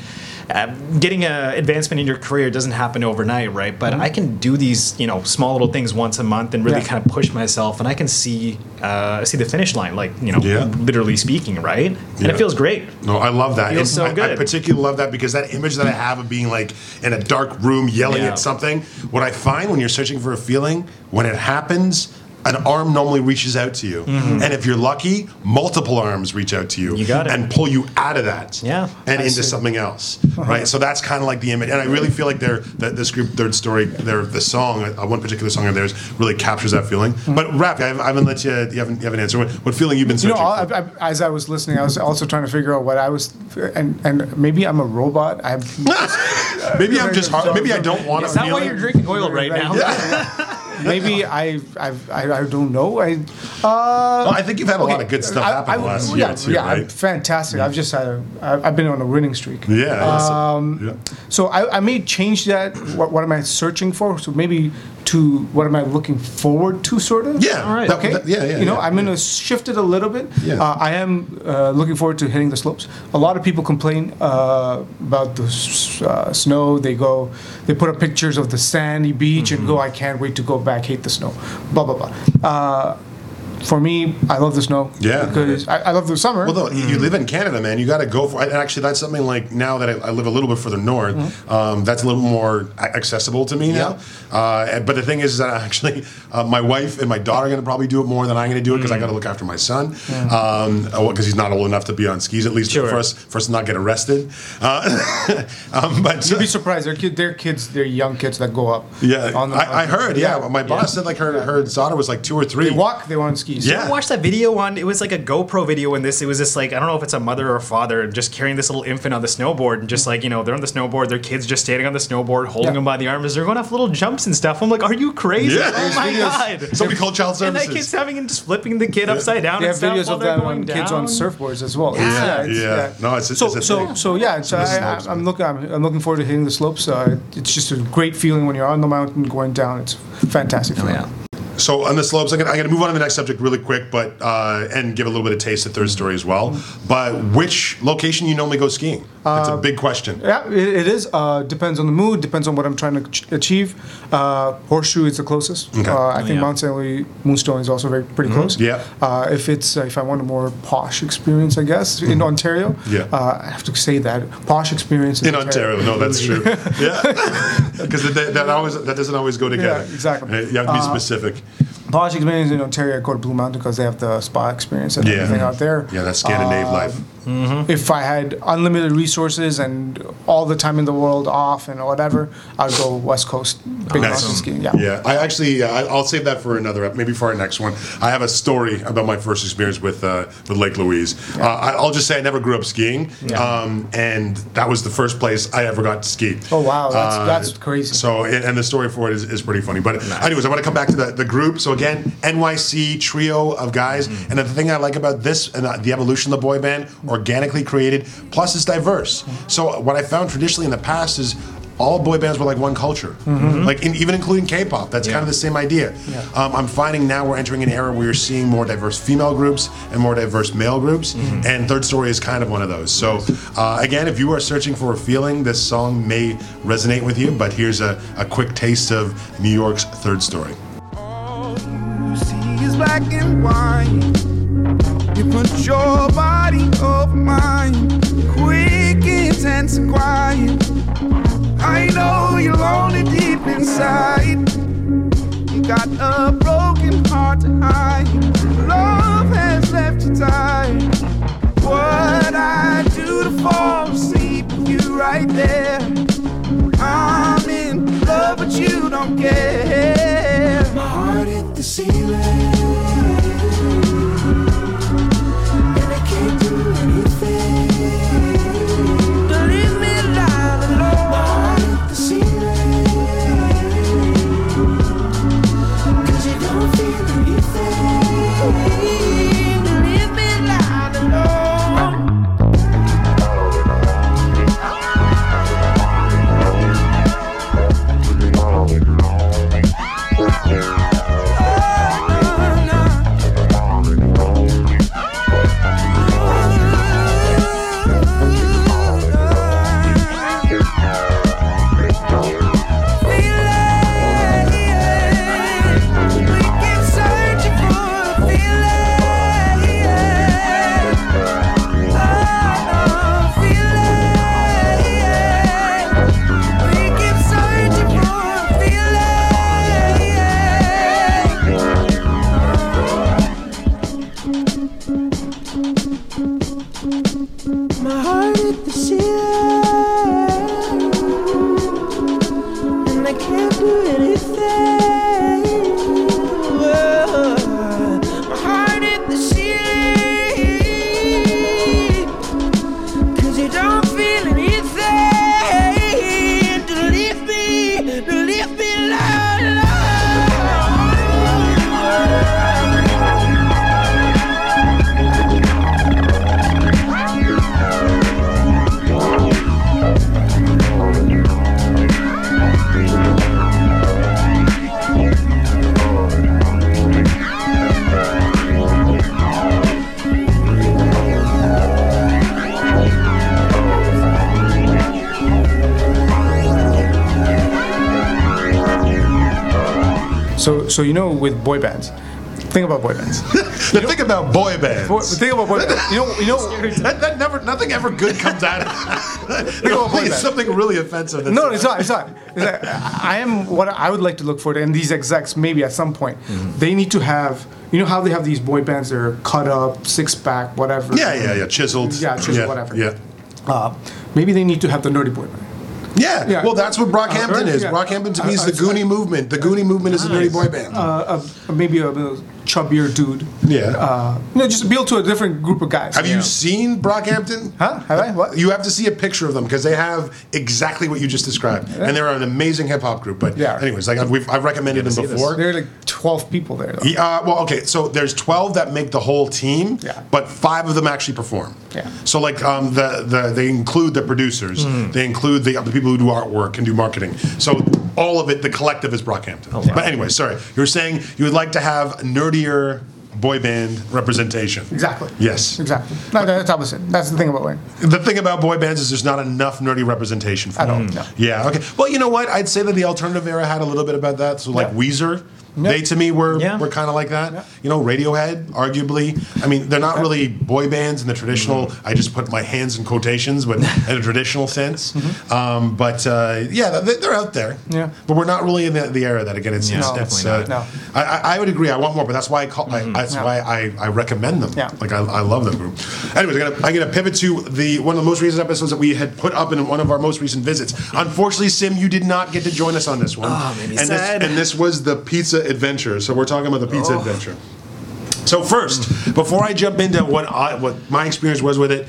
Speaker 3: uh, getting a advancement in your career doesn't happen overnight, right? But I can do these you know small little things once a month and really
Speaker 2: Yeah.
Speaker 3: kind of push myself, and I can see uh, see the finish line, like you know,
Speaker 1: Yeah.
Speaker 3: literally speaking, right? And
Speaker 1: Yeah.
Speaker 3: it feels great.
Speaker 1: No, I love that.
Speaker 3: Feels
Speaker 1: And
Speaker 3: so
Speaker 1: I, I
Speaker 3: good.
Speaker 1: particularly love that because that image that I have of being like in a dark room yelling
Speaker 3: Yeah.
Speaker 1: at something. What I find when you're searching for a feeling, when it happens, an arm normally reaches out to you, and if you're lucky, multiple arms reach out to you,
Speaker 3: Mm-hmm. You got it.
Speaker 1: and pull you out of that,
Speaker 3: Yeah,
Speaker 1: and
Speaker 2: I
Speaker 1: into
Speaker 2: see.
Speaker 1: something else, right? So that's kind of like the image, and I really feel like their that this group, third story, their the song, uh, one particular song of theirs, really captures that feeling.
Speaker 3: Mm-hmm.
Speaker 1: But Raf, I haven't- I haven't let you, you haven't, you haven't answered what, what feeling you've been
Speaker 2: You
Speaker 1: searching.
Speaker 2: know, all,
Speaker 1: for.
Speaker 2: I, I, as I was listening, I was also trying to figure out what I was, and and maybe I'm a robot. I'm.
Speaker 1: maybe I'm just hard, maybe I don't want to.
Speaker 3: Is that why you're drinking oil right now?
Speaker 2: maybe I I've, I I don't know. I
Speaker 1: Well, I think you've had a lot of good stuff
Speaker 2: I-
Speaker 1: happen
Speaker 2: I-
Speaker 1: the last
Speaker 2: yeah,
Speaker 1: year too,
Speaker 2: yeah, I'm
Speaker 1: right?
Speaker 2: fantastic. I've just had a, I- I've been on a winning streak.
Speaker 1: yeah.
Speaker 2: Um,
Speaker 1: yeah.
Speaker 2: So I, I may change that. What, what am I searching for? So maybe to what am I looking forward to, sort of?
Speaker 1: Yeah,
Speaker 3: all right.
Speaker 1: that-
Speaker 2: Okay.
Speaker 1: that- yeah, yeah.
Speaker 2: You know,
Speaker 1: yeah.
Speaker 2: I'm going to shift it a little bit.
Speaker 1: Yeah.
Speaker 2: Uh, I am uh, looking forward to hitting the slopes. A lot of people complain uh, about the s- uh, snow. They go, they put up pictures of the sandy beach
Speaker 1: Mm-hmm.
Speaker 2: and go, I can't wait to go back. Hate the snow. Blah blah blah. Uh, for me, I love the snow.
Speaker 1: Yeah.
Speaker 2: Because I, I love the summer.
Speaker 1: Well, though, you live in Canada, man. You got to go for. And actually, that's something like now that I, I live a little bit further north,
Speaker 2: Mm-hmm.
Speaker 1: um, that's a little more a- accessible to me now. Uh, and- but the thing is, is that actually, uh, my wife and my daughter are going to probably do it more than I'm going to do it because
Speaker 2: Mm.
Speaker 1: I got to look after my son because he's not old enough to be on skis at least
Speaker 3: Sure.
Speaker 1: for us for us to not get arrested. Uh, um, but
Speaker 2: You'd be surprised. They're, kid, they're kids. They're young kids that go up.
Speaker 1: yeah,
Speaker 2: on the-
Speaker 1: I, I heard. Yeah, my boss said like her her daughter was like two or three.
Speaker 2: They walk. They want skis.
Speaker 1: Yeah.
Speaker 3: I watched that video on it was like a GoPro video in this. It was just like I don't know if it's a mother or a father just carrying this little infant on the snowboard and just
Speaker 1: Mm-hmm.
Speaker 3: like, you know, they're on the snowboard, their kids just standing on the snowboard, holding
Speaker 2: Yeah.
Speaker 3: them by the arms, they're going off little jumps and stuff. I'm like, Are you crazy?
Speaker 1: Yeah.
Speaker 3: Oh my
Speaker 1: There's
Speaker 3: god.
Speaker 1: Somebody called child
Speaker 3: and that
Speaker 1: services.
Speaker 3: kid's having and just flipping the kid upside down
Speaker 2: They
Speaker 3: and
Speaker 2: have
Speaker 3: stuff
Speaker 2: videos
Speaker 3: while
Speaker 2: of
Speaker 3: they're
Speaker 2: that
Speaker 3: going
Speaker 2: when kids on
Speaker 3: down.
Speaker 2: surfboards as well. It's-
Speaker 1: yeah,
Speaker 2: it's-
Speaker 1: yeah. No, it's, it's,
Speaker 2: So,
Speaker 1: it's a
Speaker 2: so,
Speaker 1: thing.
Speaker 2: so yeah, so
Speaker 1: the
Speaker 2: I, I,
Speaker 1: slopes,
Speaker 2: I'm
Speaker 1: man.
Speaker 2: looking. I'm, I'm looking forward to hitting the slopes. Uh, it's just a great feeling when you're on the mountain, going down. It's fantastic. feeling.
Speaker 3: Oh, Yeah.
Speaker 1: So on the slopes, I'm gonna, I'm gonna move on to the next subject really quick, but uh, and give a little bit of taste of third story as well. But which location you normally go skiing? That's
Speaker 2: Uh,
Speaker 1: a big question.
Speaker 2: Yeah, it, it is. Uh, depends on the mood. Depends on what I'm trying to ch- achieve. Uh, horseshoe is the closest.
Speaker 1: Okay. Mm-hmm.
Speaker 2: Uh, I think
Speaker 3: yeah.
Speaker 2: Mount St. Louis Moonstone is also very pretty close.
Speaker 1: Yeah.
Speaker 2: Uh, if it's uh, if I want a more posh experience, I guess in Ontario.
Speaker 1: Mm-hmm. Yeah.
Speaker 2: Uh, I have to say that posh experience
Speaker 1: In Ontario, no, that's true. Yeah, because that, that always that doesn't always go together.
Speaker 2: exactly.
Speaker 1: Uh, You have to be specific.
Speaker 2: Posh experience in Ontario, I go to Blue Mountain because they have the spa experience and
Speaker 1: Yeah.
Speaker 2: everything out there.
Speaker 1: Yeah, that's Scandinavian
Speaker 2: uh,
Speaker 1: life. Mm-hmm.
Speaker 2: If I had unlimited resources and all the time in the world off and whatever, I'd go West Coast, big
Speaker 1: Nice.
Speaker 2: mountain skiing. Yeah.
Speaker 1: Yeah, I actually uh, I'll save that for another ep- maybe for our next one. I have a story about my first experience with uh, with Lake Louise. Uh, I, I'll just say I never grew up skiing, um, and that was the first place I ever got to ski.
Speaker 2: Oh, wow, that's-
Speaker 1: Uh,
Speaker 2: that's crazy.
Speaker 1: So and, and the story for it is, is pretty funny. But anyways, I want to come back to the, the group. So again, NYC trio of guys, and the thing I like about this and uh, the evolution of the boy band, organically created, plus it's diverse. So what I found traditionally in the past is. All boy bands were like one culture, like in, even including K-pop. That's kind of the same idea. Um, I'm finding now we're entering an era where you're seeing more diverse female groups and more diverse male groups,
Speaker 2: Mm-hmm.
Speaker 1: and Third Story is kind of one of those. So, uh, again, if you are searching for a feeling, this song may resonate with you. But here's a, a quick taste of New York's Third Story.
Speaker 4: See is black and white. You put your body over mine, quick, intense, and quiet. I know you're lonely deep inside. You got a broken heart to hide. Love has left you tired. What I do to fall asleep, you right there. I'm in love, but you don't care. My heart hit the ceiling. and I can't do anything. Don't leave me lying alone. My heart hit
Speaker 5: I can't do anything. Whoa. My heart hit the ceiling. Cause you don't feel anything to leave me, to leave me alone.
Speaker 2: So, so you know, with boy bands, think about boy bands.
Speaker 1: The thing about boy bands.
Speaker 2: Boy, think about boy bands. You know, you know.
Speaker 1: that, that never, nothing ever good comes out of it. no,
Speaker 2: about boy
Speaker 1: please,
Speaker 2: band.
Speaker 1: something really offensive. that's-
Speaker 2: No, it's not. It's not. It's not. I am what I would like to look for, and these execs maybe at some point
Speaker 1: Mm-hmm.
Speaker 2: they need to have. You know how they have these boy bands that are cut up, six pack, whatever.
Speaker 1: Yeah, yeah, yeah. Chiseled.
Speaker 2: Yeah, chiseled,
Speaker 1: yeah,
Speaker 2: whatever.
Speaker 1: Yeah.
Speaker 2: Uh, maybe they need to have the nerdy boy band.
Speaker 1: Yeah.
Speaker 2: Yeah.
Speaker 1: well, that's what Brockhampton
Speaker 2: Uh,
Speaker 1: is.
Speaker 2: yeah.
Speaker 1: Brockhampton to me
Speaker 2: Uh,
Speaker 1: is the
Speaker 2: uh,
Speaker 1: Goonie movement. The Goonie movement is a nerdy boy band.
Speaker 2: Uh, a, maybe a, a chubbier dude.
Speaker 1: Yeah.
Speaker 2: Uh, you know, just appeal to a different group of guys.
Speaker 1: have you seen Brockhampton?
Speaker 2: Huh? Have I? What?
Speaker 1: You have to see a picture of them because they have exactly what you just described, and they're an amazing hip hop group. But
Speaker 2: Yeah.
Speaker 1: anyways, like I've, we've, I've recommended them before.
Speaker 2: There are like twelve people there. Though.
Speaker 1: Yeah, Uh, well, okay. So there's 12 that make the whole team,
Speaker 2: Yeah.
Speaker 1: but five of them actually perform.
Speaker 2: Yeah.
Speaker 1: So like um, the, the they include the producers,
Speaker 2: Hmm.
Speaker 1: they include the, the people who do artwork and do marketing. So all of it, the collective is Brockhampton.
Speaker 2: Oh,
Speaker 1: But anyway, sorry, you were saying you would like to have nerdier boy band representation.
Speaker 2: Exactly.
Speaker 1: Yes.
Speaker 2: Exactly. No, that's opposite. That's the thing about Wayne.
Speaker 1: The thing about boy bands is there's not enough nerdy representation for
Speaker 2: At all,
Speaker 1: them.
Speaker 2: no.
Speaker 1: Yeah. Okay. Well, you know what? I'd say that the alternative era had a little bit about that. So like
Speaker 2: Yeah.
Speaker 1: Weezer, they to me were
Speaker 3: Yeah.
Speaker 1: were kind of like that. You know, Radiohead, arguably. I mean, they're not really boy bands in the traditional.
Speaker 2: Mm-hmm.
Speaker 1: I just put my hands in quotations, but in a traditional sense. Um, but uh, yeah, they, they're out there.
Speaker 2: Mm-hmm. Yeah.
Speaker 1: But we're not really in the, the era that again. It's,
Speaker 3: Yeah,
Speaker 1: it's,
Speaker 2: No.
Speaker 1: it's,
Speaker 3: definitely
Speaker 2: not.
Speaker 1: uh, I, I- I would agree. I want more, but that's why I call. I, that's
Speaker 2: Yeah.
Speaker 1: why I, I recommend them.
Speaker 2: Yeah.
Speaker 1: Like I, I love that group. Anyways, I'm gonna, I'm gonna pivot to the one of the most recent episodes that we had put up in one of our most recent visits. Unfortunately, Sim, you did not get to join us on this one.
Speaker 3: Oh, made me
Speaker 1: and
Speaker 3: sad.
Speaker 1: This, and this was the pizza adventure. So we're talking about the pizza adventure. So first, before I jump into what I, what my experience was with it,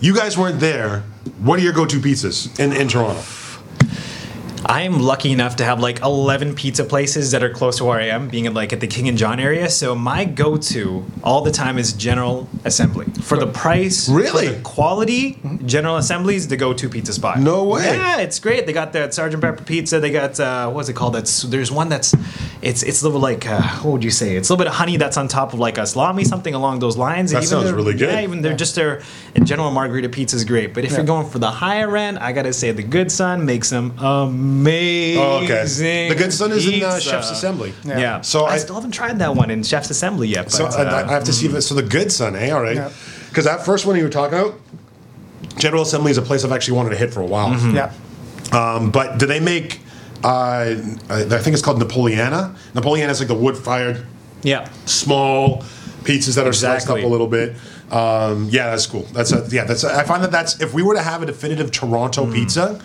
Speaker 1: you guys weren't there. What are your go-to pizzas in, in Toronto?
Speaker 3: I am lucky enough to have like 11 pizza places that are close to where I am, being at like at the King and John area. So my go-to all the time is General Assembly. For the price, for
Speaker 1: Really? Mm-hmm.
Speaker 3: the quality, General Assembly is the go-to pizza spot.
Speaker 1: No way.
Speaker 3: Yeah, it's great. They got that Sergeant Pepper pizza. They got uh, what was it called? That's there's one that's it's it's a little like uh, what would you say? It's a little bit of honey that's on top of like a salami, something along those lines.
Speaker 1: That sounds
Speaker 3: their-
Speaker 1: really good.
Speaker 3: Yeah, even they're just their in general margarita pizza is great. But if you're going for the higher end, I gotta say the Good Son makes them amazing.
Speaker 1: Oh, okay. The Good Son is in uh,
Speaker 3: pizza.
Speaker 1: Chef's Assembly.
Speaker 3: Yeah.
Speaker 1: So
Speaker 3: So I,
Speaker 1: I-
Speaker 3: still haven't tried that one in Chef's Assembly yet. But,
Speaker 1: So I,
Speaker 3: uh,
Speaker 1: I have to see if it's so the good son, eh? All right.
Speaker 2: Yeah.
Speaker 1: Because that first one you were talking about, General Assembly is a place I've actually wanted to hit for a while.
Speaker 2: Yeah.
Speaker 1: Um, but do they make? Uh, I I think it's called Napoleana. Napoleana is like the wood-fired
Speaker 3: yeah.
Speaker 1: small pizzas that are sliced up
Speaker 3: Exactly.
Speaker 1: a little bit. Um, yeah, that's cool. That's a, yeah. That's I find that that's if we were to have a definitive Toronto
Speaker 2: Mm.
Speaker 1: pizza,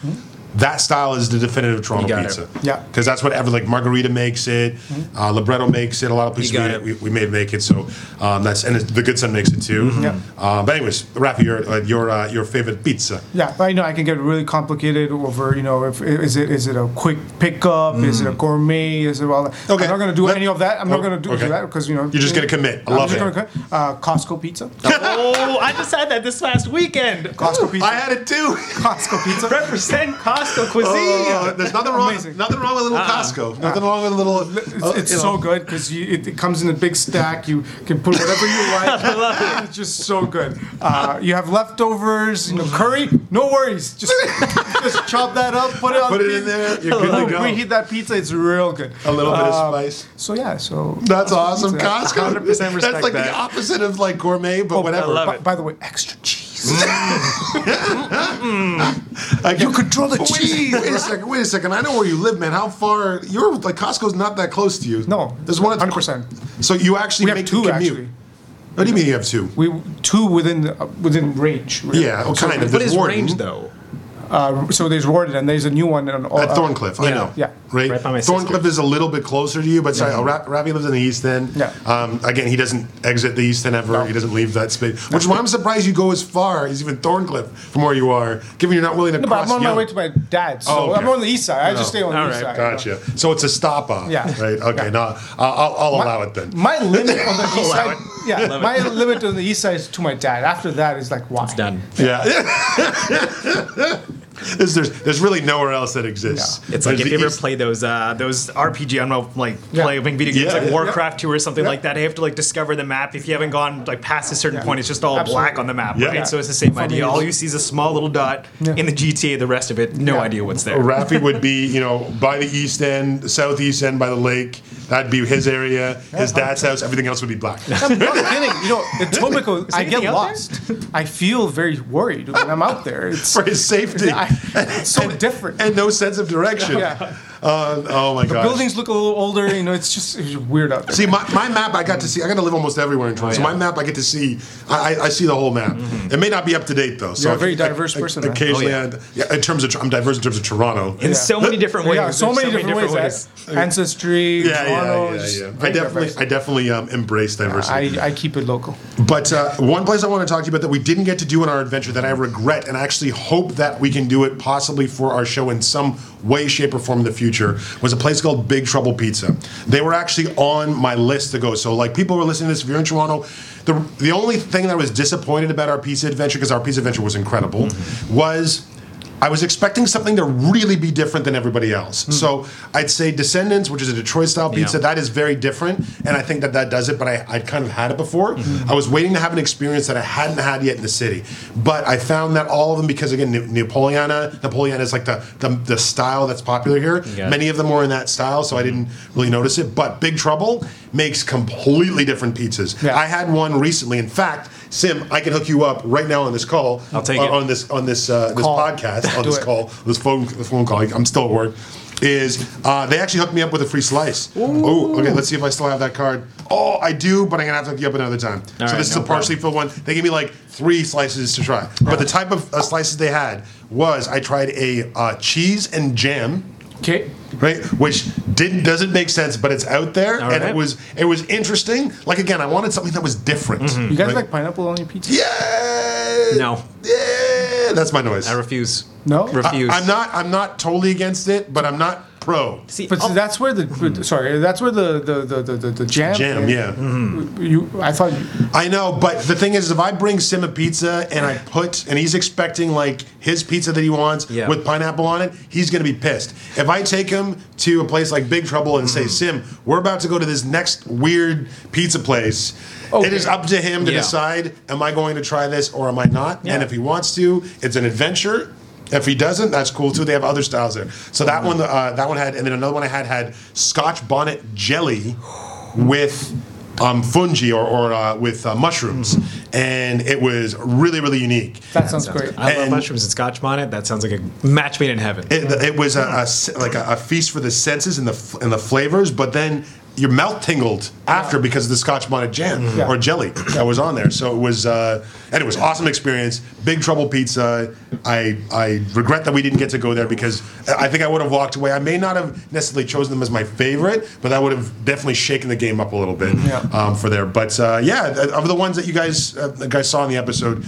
Speaker 1: that style is the definitive Toronto
Speaker 3: got it.
Speaker 1: pizza.
Speaker 2: Yeah. Mm-hmm.
Speaker 1: because that's what ever like Margarita makes it, uh, Libretto makes it. A lot of places
Speaker 3: got
Speaker 1: we,
Speaker 3: it.
Speaker 1: we, we may make it. So um, that's and it's, the Good Son makes it too.
Speaker 2: Mm-hmm. Yeah.
Speaker 1: Uh, but anyways, Rafi, your uh, your uh, your favorite pizza.
Speaker 2: Yeah, I know I can get really complicated over you know if is it is it a quick pickup, is it a gourmet, is it all that?
Speaker 1: Mm. Okay,
Speaker 2: I'm not gonna do
Speaker 1: let-
Speaker 2: any of that. I'm
Speaker 1: Oh,
Speaker 2: not gonna do,
Speaker 1: okay.
Speaker 2: do that because you know
Speaker 1: You're just gonna commit. I
Speaker 2: I'm
Speaker 1: love
Speaker 2: just
Speaker 1: it.
Speaker 2: gonna co- uh, Costco pizza.
Speaker 3: oh, I just had that this last weekend.
Speaker 2: Costco pizza.
Speaker 1: I had it too.
Speaker 2: Costco pizza.
Speaker 3: Represent Costco cuisine.
Speaker 1: Oh, there's nothing wrong.
Speaker 2: Amazing. Ah.
Speaker 1: Nothing wrong with a little Costco. Nothing wrong with a little.
Speaker 2: It's,
Speaker 1: uh,
Speaker 2: it's
Speaker 1: you know.
Speaker 2: so good because it, it comes in a big stack. You can put whatever you like. I love it. It's just so good. Uh, you have leftovers, you
Speaker 1: Mm-hmm.
Speaker 2: know, curry. No worries. Just, just chop that up, put it on
Speaker 1: Put it
Speaker 2: the
Speaker 1: in
Speaker 2: pizza.
Speaker 1: there. You're good to go. Oh.
Speaker 2: Reheat that pizza. It's real good.
Speaker 1: A little bit of
Speaker 2: Um,
Speaker 1: spice.
Speaker 2: So yeah, so
Speaker 1: That's awesome,
Speaker 2: pizza.
Speaker 1: Costco.
Speaker 3: 100%
Speaker 1: That's
Speaker 3: respect
Speaker 1: like the
Speaker 3: that.
Speaker 1: opposite of like gourmet, but whatever.
Speaker 3: love
Speaker 2: Oh, by,
Speaker 3: it.
Speaker 2: by the way, extra cheese.
Speaker 1: Mm. I you control
Speaker 2: the
Speaker 1: wait A, sec- wait a second. Wait a second. I know where you live, man. How far? You're like Costco's not that close to you.
Speaker 2: No,
Speaker 1: there's one. at-
Speaker 2: 100%.
Speaker 1: So you actually
Speaker 2: We have
Speaker 1: make the
Speaker 2: two,
Speaker 1: commute.
Speaker 2: actually.
Speaker 1: What do you mean you have two?
Speaker 2: We two within the, uh, within range. really.
Speaker 1: Yeah, oh,
Speaker 2: so,
Speaker 1: kind of.
Speaker 3: What
Speaker 1: There's
Speaker 3: is
Speaker 1: Warden.
Speaker 3: range though?
Speaker 2: Uh, so there's Warden and there's a new one on
Speaker 1: At Thorncliffe, I
Speaker 3: Yeah.
Speaker 1: know.
Speaker 2: Yeah,
Speaker 1: right?
Speaker 3: Right by my
Speaker 1: Thorncliffe
Speaker 3: sister.
Speaker 1: is a little bit closer to you, but sorry, uh, Ra- Ravi lives in the East End.
Speaker 2: Yeah.
Speaker 1: Um, again, he doesn't exit the East End ever. He doesn't leave that space, which is why I'm surprised you go as far as even Thorncliffe from where you are, given you're not willing to
Speaker 2: No, but
Speaker 1: cross.
Speaker 2: I'm on my
Speaker 1: Yonge.
Speaker 2: way to my dad's, so
Speaker 1: Oh, okay.
Speaker 2: I'm on the east side. I just stay on the
Speaker 3: All
Speaker 2: east
Speaker 3: right,
Speaker 2: side.
Speaker 1: Gotcha. So it's a stop off.
Speaker 2: Yeah.
Speaker 1: Right. Okay.
Speaker 2: Yeah.
Speaker 1: No, I'll, I'll, I'll allow it then.
Speaker 2: My limit on the east side, yeah,
Speaker 3: Love it.
Speaker 2: my limit on the east side is to my dad. After that is like why? It's
Speaker 3: Done.
Speaker 1: yeah. There's- there's, there's really nowhere else that exists.
Speaker 3: It's like
Speaker 1: There's
Speaker 3: if
Speaker 1: the
Speaker 3: you ever
Speaker 1: East-
Speaker 3: play those uh, those RPG, I don't know, like
Speaker 2: Yeah.
Speaker 3: playing video games
Speaker 1: Yeah,
Speaker 3: like
Speaker 1: yeah,
Speaker 3: Warcraft 2 or something
Speaker 2: Yeah.
Speaker 3: like that. You have to like discover the map. If you haven't gone like past a certain
Speaker 2: Yeah.
Speaker 3: point, it's just all
Speaker 2: Absolutely.
Speaker 3: black on the map,
Speaker 1: Yeah.
Speaker 3: right?
Speaker 1: Yeah.
Speaker 3: So it's the same
Speaker 2: For me,
Speaker 3: idea.
Speaker 2: it's-
Speaker 3: All you see is a small little dot
Speaker 2: Yeah.
Speaker 3: in the GTA. The rest of it, no
Speaker 2: Yeah.
Speaker 3: idea what's there.
Speaker 1: Rafi would be, you know, by the east end, southeast end by the lake. That'd be his area, his dad's house. Everything else would be black.
Speaker 2: I'm not kidding. You know, in Etobicoke, I get
Speaker 3: anything out
Speaker 2: lost. I feel very worried when I'm out there. It's,
Speaker 1: For his safety
Speaker 2: I, it's so different.
Speaker 1: and no sense of direction.
Speaker 2: Yeah.
Speaker 1: Uh, oh my god.
Speaker 2: Buildings look a little older. You know, it's just it's weird out there.
Speaker 1: See, my, my map I got to see. I got to live almost everywhere in Toronto.
Speaker 3: yeah.
Speaker 1: So my map I get to see. I, I, I see the whole map. It may not be up to date though. So
Speaker 2: You're a very
Speaker 1: I- I-
Speaker 2: diverse
Speaker 1: I-
Speaker 2: person, man.
Speaker 1: Occasionally,
Speaker 3: Oh,
Speaker 1: I- yeah, in terms of Tor- I'm diverse in terms of Toronto.
Speaker 3: In so many different ways.
Speaker 2: yeah, so
Speaker 3: There's
Speaker 2: many different ways. eh? Ancestry,
Speaker 1: yeah,
Speaker 2: Toronto,
Speaker 1: yeah, yeah,
Speaker 2: just
Speaker 1: yeah. I
Speaker 2: very
Speaker 1: definitely,
Speaker 2: diverse.
Speaker 1: I definitely um, embrace diversity.
Speaker 2: I, I keep it local.
Speaker 1: But uh, one place I want to talk to you about that we didn't get to do in our adventure that I regret and I actually hope that we can do it possibly for our show in some way, shape, or form in the future was a place called Big Trouble Pizza. They were actually on my list to go. So, like, people were listening to this. If you're in Toronto, the, the only thing that I was disappointed about our pizza adventure, because our pizza adventure was incredible, was I was expecting something to really be different than everybody else. So I'd say Descendants, which is a Detroit style pizza,
Speaker 3: Yeah.
Speaker 1: that is very different. And I think that that does it, but I, I'd kind of had it before. I was waiting to have an experience that I hadn't had yet in the city. But I found that all of them, because again, Ne- Napoleana, Napoleana is like the, the, the style that's popular here.
Speaker 3: Yeah.
Speaker 1: Many of them were in that style, so I didn't really notice it. But Big Trouble makes completely different pizzas.
Speaker 2: Yeah.
Speaker 1: I had one recently. In fact, Sim, I can hook you up right now on this call.
Speaker 3: I'll take
Speaker 1: uh,
Speaker 3: it.
Speaker 1: on this on this uh, this
Speaker 2: Call.
Speaker 1: podcast on
Speaker 2: Do
Speaker 1: this
Speaker 2: it.
Speaker 1: call, Oh, this phone this phone call. I'm still at work. Is uh, they actually hooked me up with a free slice? Oh, okay. Let's see if I still have that card. Oh, I do, but I'm gonna have to hook you up another time. so
Speaker 3: right,
Speaker 1: this is
Speaker 3: no
Speaker 1: a partially filled one. They gave me like three slices to try, but the type of uh, slices they had was I tried a uh, cheese and jam
Speaker 2: Okay.
Speaker 1: right? Which didn't doesn't make sense, but it's out there,
Speaker 3: All
Speaker 1: and
Speaker 3: right.
Speaker 1: it was it was interesting. Like again, I wanted something that was different.
Speaker 2: You guys
Speaker 1: right?
Speaker 2: like pineapple on your pizza?
Speaker 1: yeah,
Speaker 3: Mm-hmm. No.
Speaker 1: yeah, that's my noise.
Speaker 3: I refuse.
Speaker 2: No?
Speaker 1: I-
Speaker 3: refuse.
Speaker 1: I'm not I'm not totally against it, but I'm not pro.
Speaker 3: See,
Speaker 2: But
Speaker 3: I'll-
Speaker 2: that's where the sorry, that's where the the the the, the, the jam.
Speaker 1: Jam,
Speaker 2: and-
Speaker 1: yeah.
Speaker 2: You, I thought.
Speaker 1: I know, but the thing is, if I bring Sim a pizza and I put, and he's expecting like his pizza that he wants
Speaker 3: Yeah.
Speaker 1: with pineapple on it, he's gonna be pissed. If I take him to a place like Big Trouble and say,
Speaker 3: Mm-hmm.
Speaker 1: Sim, we're about to go to this next weird pizza place, it
Speaker 2: Okay.
Speaker 1: is up to him to
Speaker 3: Yeah.
Speaker 1: decide, am I going to try this or am I not? And
Speaker 3: Yeah.
Speaker 1: if he wants to, it's an adventure. If he doesn't, that's cool too. They have other styles there. So that one, uh, that one had, and then another one I had had Scotch bonnet jelly with um, fungi or, or uh, with uh, mushrooms, and it was really really unique.
Speaker 2: That sounds great.
Speaker 3: I love
Speaker 1: and-
Speaker 3: mushrooms and scotch bonnet. That sounds like a match made in heaven.
Speaker 1: It, it was a, a s- like a, a feast for the senses and the f- and the flavors, but then your mouth tingled after because of the Scotch bonnet jam
Speaker 2: Yeah.
Speaker 1: or jelly that was on there. So it was uh, and it was awesome experience. Big Trouble Pizza. I I regret that we didn't get to go there because I I think I would have walked away. I may not have necessarily chosen them as my favorite, but that would have definitely shaken the game up a little bit
Speaker 2: Yeah.
Speaker 1: um, for there. But uh, yeah, th- of the ones that you guys uh, the guys saw in the episode,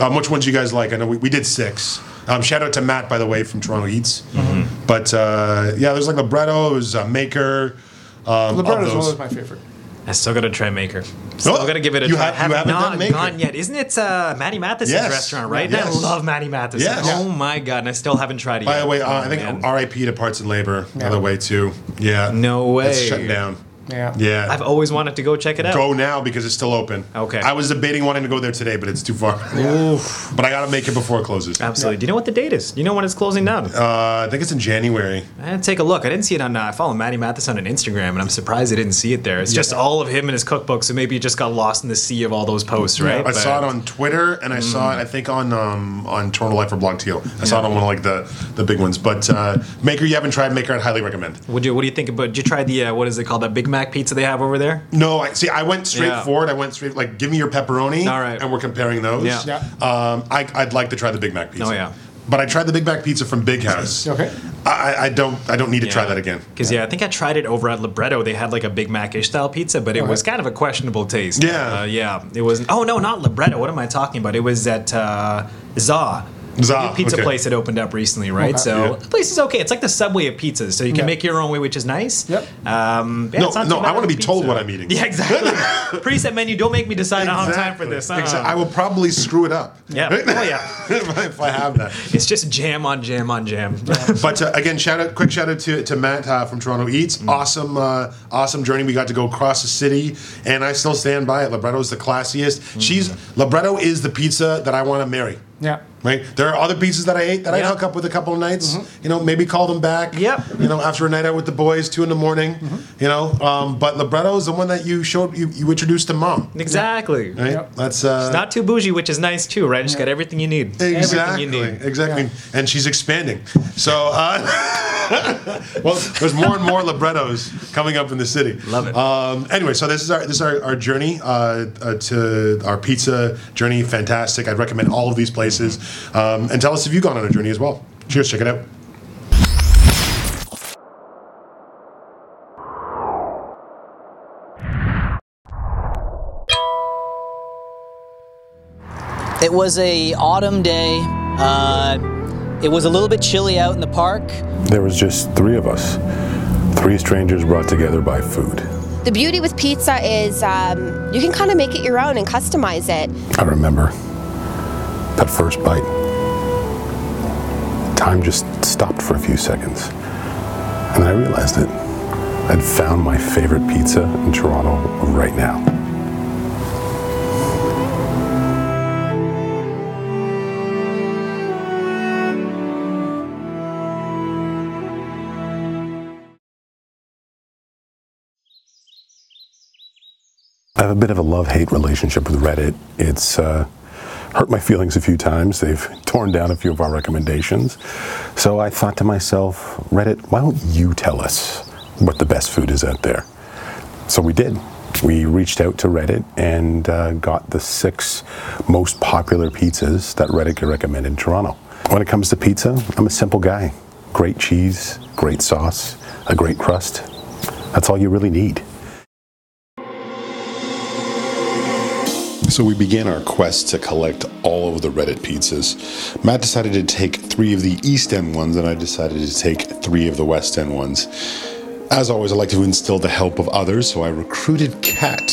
Speaker 1: um, which ones you guys like? I know we, we did six. Um, shout out to Matt, by the way, from Toronto Eats.
Speaker 2: Mm-hmm.
Speaker 1: But uh, yeah, there's like Libretto, there's uh, Maker. Um,
Speaker 2: Libretto
Speaker 1: of
Speaker 2: is one
Speaker 1: those.
Speaker 2: of my favorite.
Speaker 3: I still gotta try Maker. Still
Speaker 1: Oh,
Speaker 3: gotta give it a
Speaker 1: you
Speaker 3: try.
Speaker 1: have- you
Speaker 3: I have
Speaker 1: haven't
Speaker 3: not
Speaker 1: done Maker.
Speaker 3: gone yet. Isn't it uh, Matty Matheson's
Speaker 1: Yes.
Speaker 3: restaurant, right?
Speaker 1: Yes.
Speaker 3: I love Matty Matheson.
Speaker 1: Yes.
Speaker 3: Oh my god, and I still haven't tried it
Speaker 1: By
Speaker 3: yet.
Speaker 1: the way, uh,
Speaker 3: Oh,
Speaker 1: I think
Speaker 3: man.
Speaker 1: RIP to Parts and Labor, by the way, too. Yeah.
Speaker 3: No
Speaker 1: It's
Speaker 3: way.
Speaker 1: shut down.
Speaker 2: Yeah.
Speaker 1: Yeah.
Speaker 3: I've always wanted to go check it out.
Speaker 1: go now because it's still open.
Speaker 3: Okay.
Speaker 1: I was debating wanting to go there today, but it's too far.
Speaker 3: Oof. Um,
Speaker 1: But I got to make it before it closes. Uh,
Speaker 3: Absolutely. Do you know what the date is? Do you know when it's closing down?
Speaker 1: I think it's in January.
Speaker 3: Eh, take a look. I didn't see it on. Uh, I follow Matty Matheson on Instagram, and I'm surprised I didn't see it there. It's just all of him and his cookbooks, so maybe it just got lost in the sea of all those posts, right?
Speaker 1: I
Speaker 3: But- Mm.
Speaker 1: saw it on Twitter, and I saw it. I think on um, on Toronto Life or Blog Teal. I saw it on one of like the the big ones. But uh, Maker, you haven't tried Maker, I'd highly recommend.
Speaker 3: Would you? What do you think about? Did you try the uh, what is it called? That Big Mac pizza they have over there?
Speaker 1: No, I see. I went straight
Speaker 3: Yeah.
Speaker 1: forward. I went straight like, give me your pepperoni.
Speaker 3: All right.
Speaker 1: and we're comparing those.
Speaker 3: Yeah.
Speaker 2: Yeah.
Speaker 1: Um, I, I'd like to try the Big Mac pizza.
Speaker 3: Oh, yeah.
Speaker 1: But I tried the Big Mac pizza from Big House.
Speaker 2: Okay.
Speaker 1: I, I- I don't. I don't need to try that again.
Speaker 3: Because yeah, I think I tried it over at Libretto. They had like a Big Mac-ish style pizza, but it was kind of a questionable taste.
Speaker 1: Yeah.
Speaker 3: Uh, yeah. It was. Oh no, not Libretto. What am I talking about? It was at uh, Za.
Speaker 1: Za,
Speaker 3: New pizza
Speaker 1: okay.
Speaker 3: place that opened up recently, right? So
Speaker 1: Yeah.
Speaker 3: the place is okay. It's like the subway of pizzas, so you can
Speaker 2: Yeah.
Speaker 3: make your own way, which is nice.
Speaker 2: Yep.
Speaker 3: Um, yeah,
Speaker 1: No,
Speaker 3: it's not
Speaker 1: no,
Speaker 3: too bad
Speaker 1: I wanna
Speaker 3: of a
Speaker 1: be told
Speaker 3: pizza.
Speaker 1: what I'm eating.
Speaker 3: Yeah, exactly. Preset menu. Don't make me decide on time for this. Uh-uh.
Speaker 1: Exa- I will probably screw it up.
Speaker 3: Yeah. Oh, yeah.
Speaker 1: if, I, if I have that.
Speaker 3: It's just jam on jam on jam.
Speaker 1: But uh, again, shout out, quick shout out to, to Matt uh, from Toronto Eats.
Speaker 3: Mm.
Speaker 1: Awesome, uh, awesome journey. We got to go across the city, and I still stand by it. Libretto's the classiest.
Speaker 3: Mm.
Speaker 1: She's Libretto is the pizza that I want to marry.
Speaker 2: Yeah.
Speaker 1: Right. There are other pizzas that I ate that I
Speaker 3: Yeah. Mm-hmm.
Speaker 1: hook up with a couple of nights. You know, maybe call them back.
Speaker 3: Yep. Mm-hmm.
Speaker 1: You know, after a night out with the boys, two in the morning. You know, um, but Libretto is the one that you showed you, you introduced to mom.
Speaker 3: exactly.
Speaker 1: Right.
Speaker 2: Yep.
Speaker 1: That's uh,
Speaker 3: Not too bougie, which is nice too, right? It's got everything you need.
Speaker 1: Exactly.
Speaker 3: Everything you need.
Speaker 1: Exactly. And she's expanding. So, uh, well, there's more and more librettos coming up in the city.
Speaker 3: Love it.
Speaker 1: Um, anyway, so this is our this is our, our journey uh, uh, to our pizza journey. Fantastic. I'd recommend all of these places. Um, and tell us if you've gone on a journey as well. Cheers. Check it out.
Speaker 6: It was a autumn day. Uh, it was a little bit chilly out in the park.
Speaker 7: There was just three of us, three strangers brought together by food.
Speaker 8: The beauty with pizza is um, you can kind of make it your own and customize it.
Speaker 7: I remember that first bite. Time just stopped for a few seconds. And then I realized it. I'd found my favorite pizza in Toronto right now. I have a bit of a love-hate relationship with Reddit. It's uh, hurt my feelings a few times. They've torn down a few of our recommendations. So I thought to myself, Reddit, why don't you tell us what the best food is out there? So we did. We reached out to Reddit and uh, got the six most popular pizzas that Reddit could recommend in Toronto. When it comes to pizza, I'm a simple guy. Great cheese, great sauce, a great crust. That's all you really need. So we began our quest to collect all of the Reddit pizzas. Matt decided to take three of the East End ones, and I decided to take three of the West End ones. As always, I like to instill the help of others, so I recruited Kat,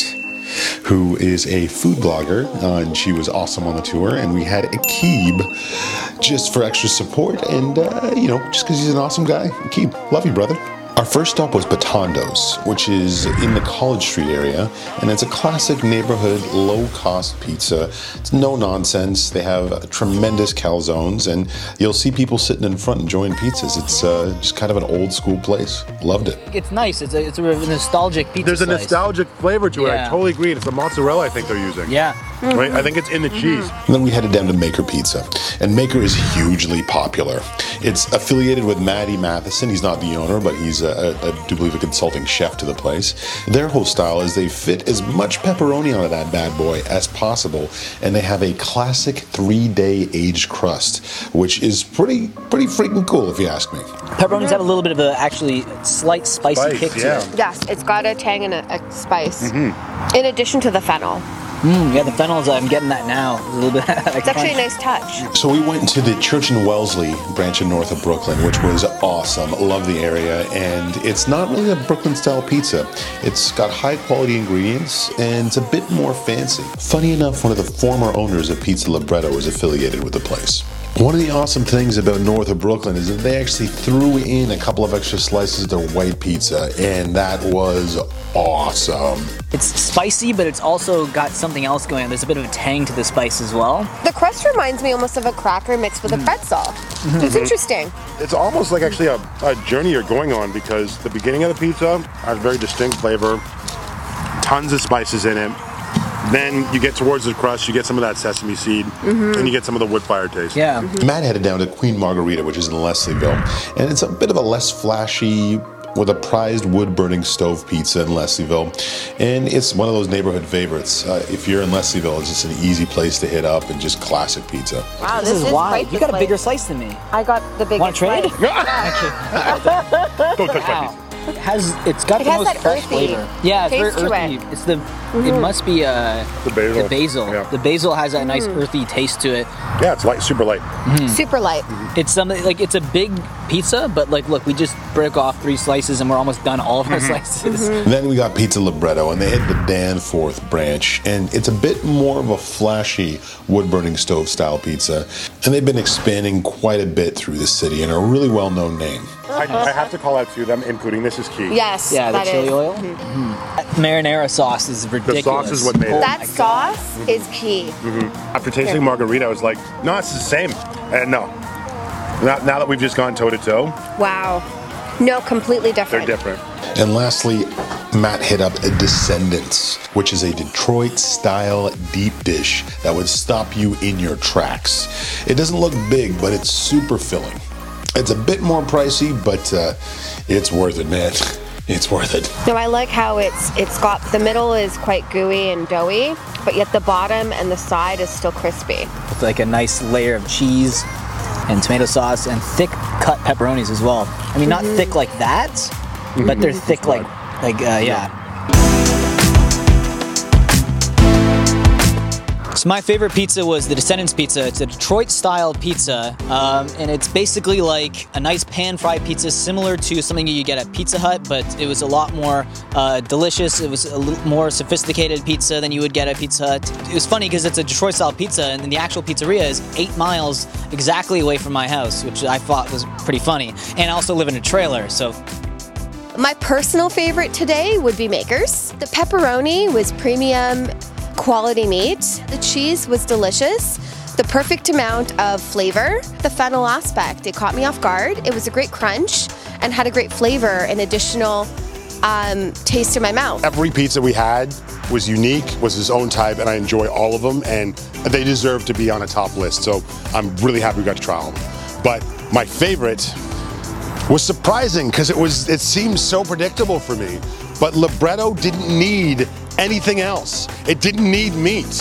Speaker 7: who is a food blogger, uh, and she was awesome on the tour. And we had Akib just for extra support, and uh, you know, just because he's an awesome guy. Akib, love you, brother. Our first stop was Batondos, which is in the College Street area, and it's a classic neighborhood low cost pizza. It's no nonsense. They have tremendous calzones, and you'll see people sitting in front enjoying pizzas. It's uh, just kind of an old school place. Loved it.
Speaker 6: It's nice. It's a, it's a nostalgic pizza.
Speaker 9: There's a
Speaker 6: slice.
Speaker 9: nostalgic flavor to it.
Speaker 6: Yeah.
Speaker 9: I totally agree. It's the mozzarella I think they're using.
Speaker 6: Yeah.
Speaker 9: Right? I think it's in the cheese.
Speaker 7: And then we headed down to Maker Pizza. And Maker is hugely popular. It's affiliated with Maddie Matheson. He's not the owner, but he's, a, a, I do believe, a consulting chef to the place. Their whole style is they fit as much pepperoni onto that bad boy as possible. And they have a classic three day aged crust, which is pretty, pretty freaking cool, if you ask me.
Speaker 6: Pepperoni's had a little bit of a actually slight spicy
Speaker 9: Spice,
Speaker 6: kick to
Speaker 9: yeah.
Speaker 6: it.
Speaker 8: Yes, it's got a tang and a, a spice.
Speaker 6: Mm-hmm.
Speaker 8: In addition to the fennel,
Speaker 6: Mm, yeah, the fennel's. I'm getting that now. A little bit.
Speaker 8: it's actually a nice touch.
Speaker 7: So we went to the Church and Wellesley branch in north of Brooklyn, which was awesome. Love the area, and it's not really a Brooklyn style pizza. It's got high quality ingredients and it's a bit more fancy. Funny enough, one of the former owners of Pizza Libretto is affiliated with the place. One of the awesome things about north of Brooklyn is that they actually threw in a couple of extra slices of their white pizza, and that was awesome.
Speaker 6: It's spicy, but it's also got something else going on. There's a bit of a tang to the spice as well.
Speaker 8: The crust reminds me almost of a cracker mixed with a pretzel. It's interesting.
Speaker 9: Mm. Mm-hmm. It's almost like actually a, a journey you're going on because the beginning of the pizza has very distinct flavor, tons of spices in it. Then you get towards the crust, you get some of that sesame seed,
Speaker 8: Mm-hmm.
Speaker 9: and you get some of the wood fire taste.
Speaker 6: Yeah.
Speaker 7: Matt headed down to Queen Margarita, which is in Leslieville, and it's a bit of a less flashy
Speaker 10: with a prized wood burning stove pizza in Leslieville. And it's one of those neighborhood favorites. Uh, if you're in Leslieville, it's just an easy place to hit up and just classic pizza.
Speaker 8: Wow,
Speaker 6: This, is,
Speaker 8: quite
Speaker 6: wild. You
Speaker 8: the
Speaker 6: got a bigger
Speaker 8: place.
Speaker 6: slice than me.
Speaker 8: I got the biggest.
Speaker 6: Want to trade?
Speaker 8: slice.
Speaker 7: Don't touch my
Speaker 6: Wow. It has it's got
Speaker 8: It
Speaker 6: the
Speaker 8: has
Speaker 6: most
Speaker 8: that
Speaker 6: fresh
Speaker 8: earthy
Speaker 6: flavor. Yeah, it's
Speaker 8: taste to
Speaker 6: very earthy.
Speaker 8: it.
Speaker 6: It's the it must be uh
Speaker 7: The basil.
Speaker 6: The basil.
Speaker 7: Yeah.
Speaker 6: The basil has that
Speaker 8: Mm-hmm.
Speaker 6: nice earthy taste to it.
Speaker 7: Yeah, it's light, super light.
Speaker 6: Mm-hmm.
Speaker 8: Super light.
Speaker 6: It's something like it's a big pizza, but like look, we just broke off three slices and we're almost done all of
Speaker 7: Mm-hmm.
Speaker 6: our slices.
Speaker 8: Mm-hmm.
Speaker 10: Then we got Pizza Libretto, and they hit the Danforth branch, and it's a bit more of a flashy wood burning stove style pizza. And they've been expanding quite a bit through the city and are a really well known name.
Speaker 7: I, I have to call out to them, including this is key.
Speaker 8: Yes.
Speaker 6: Yeah, the
Speaker 8: that
Speaker 6: chili
Speaker 8: is.
Speaker 6: oil. That marinara sauce is
Speaker 7: The
Speaker 6: ridiculous.
Speaker 7: sauce is what made it.
Speaker 8: That sauce is key.
Speaker 6: Mm-hmm.
Speaker 7: After tasting margarita, I was like, no, it's the same. And no. Now, now that we've just gone toe to toe,
Speaker 8: Wow. No, completely
Speaker 7: they're
Speaker 8: different.
Speaker 7: different.
Speaker 10: And lastly, Matt hit up Descendants, which is a Detroit style deep dish that would stop you in your tracks. It doesn't look big, but it's super filling. It's a bit more pricey, but uh, it's worth it, man. It's worth it.
Speaker 8: No, I like how it's it's got the middle is quite gooey and doughy, but yet the bottom and the side is still crispy.
Speaker 6: With like a nice layer of cheese and tomato sauce and thick cut pepperonis as well. I mean, not thick like that, but they're thick like like uh, yeah. So my favorite pizza was the Descendants pizza. It's a Detroit-style pizza, um, and it's basically like a nice pan-fried pizza, similar to something you get at Pizza Hut, but it was a lot more uh, delicious. It was a little more sophisticated pizza than you would get at Pizza Hut. It was funny because it's a Detroit-style pizza, and then the actual pizzeria is eight miles exactly away from my house, which I thought was pretty funny. And I also live in a trailer, so
Speaker 8: My personal favorite today would be Maker's. The pepperoni was premium quality meat. The cheese was delicious. The perfect amount of flavor. The fennel aspect, it caught me off guard. It was a great crunch and had a great flavor and additional um, taste in my mouth.
Speaker 7: Every pizza we had was unique, was his own type, and I enjoy all of them, and they deserve to be on a top list. So I'm really happy we got to try all of them. But my favorite was surprising because it was it seemed so predictable for me. But libretto didn't need anything else. It didn't need meat.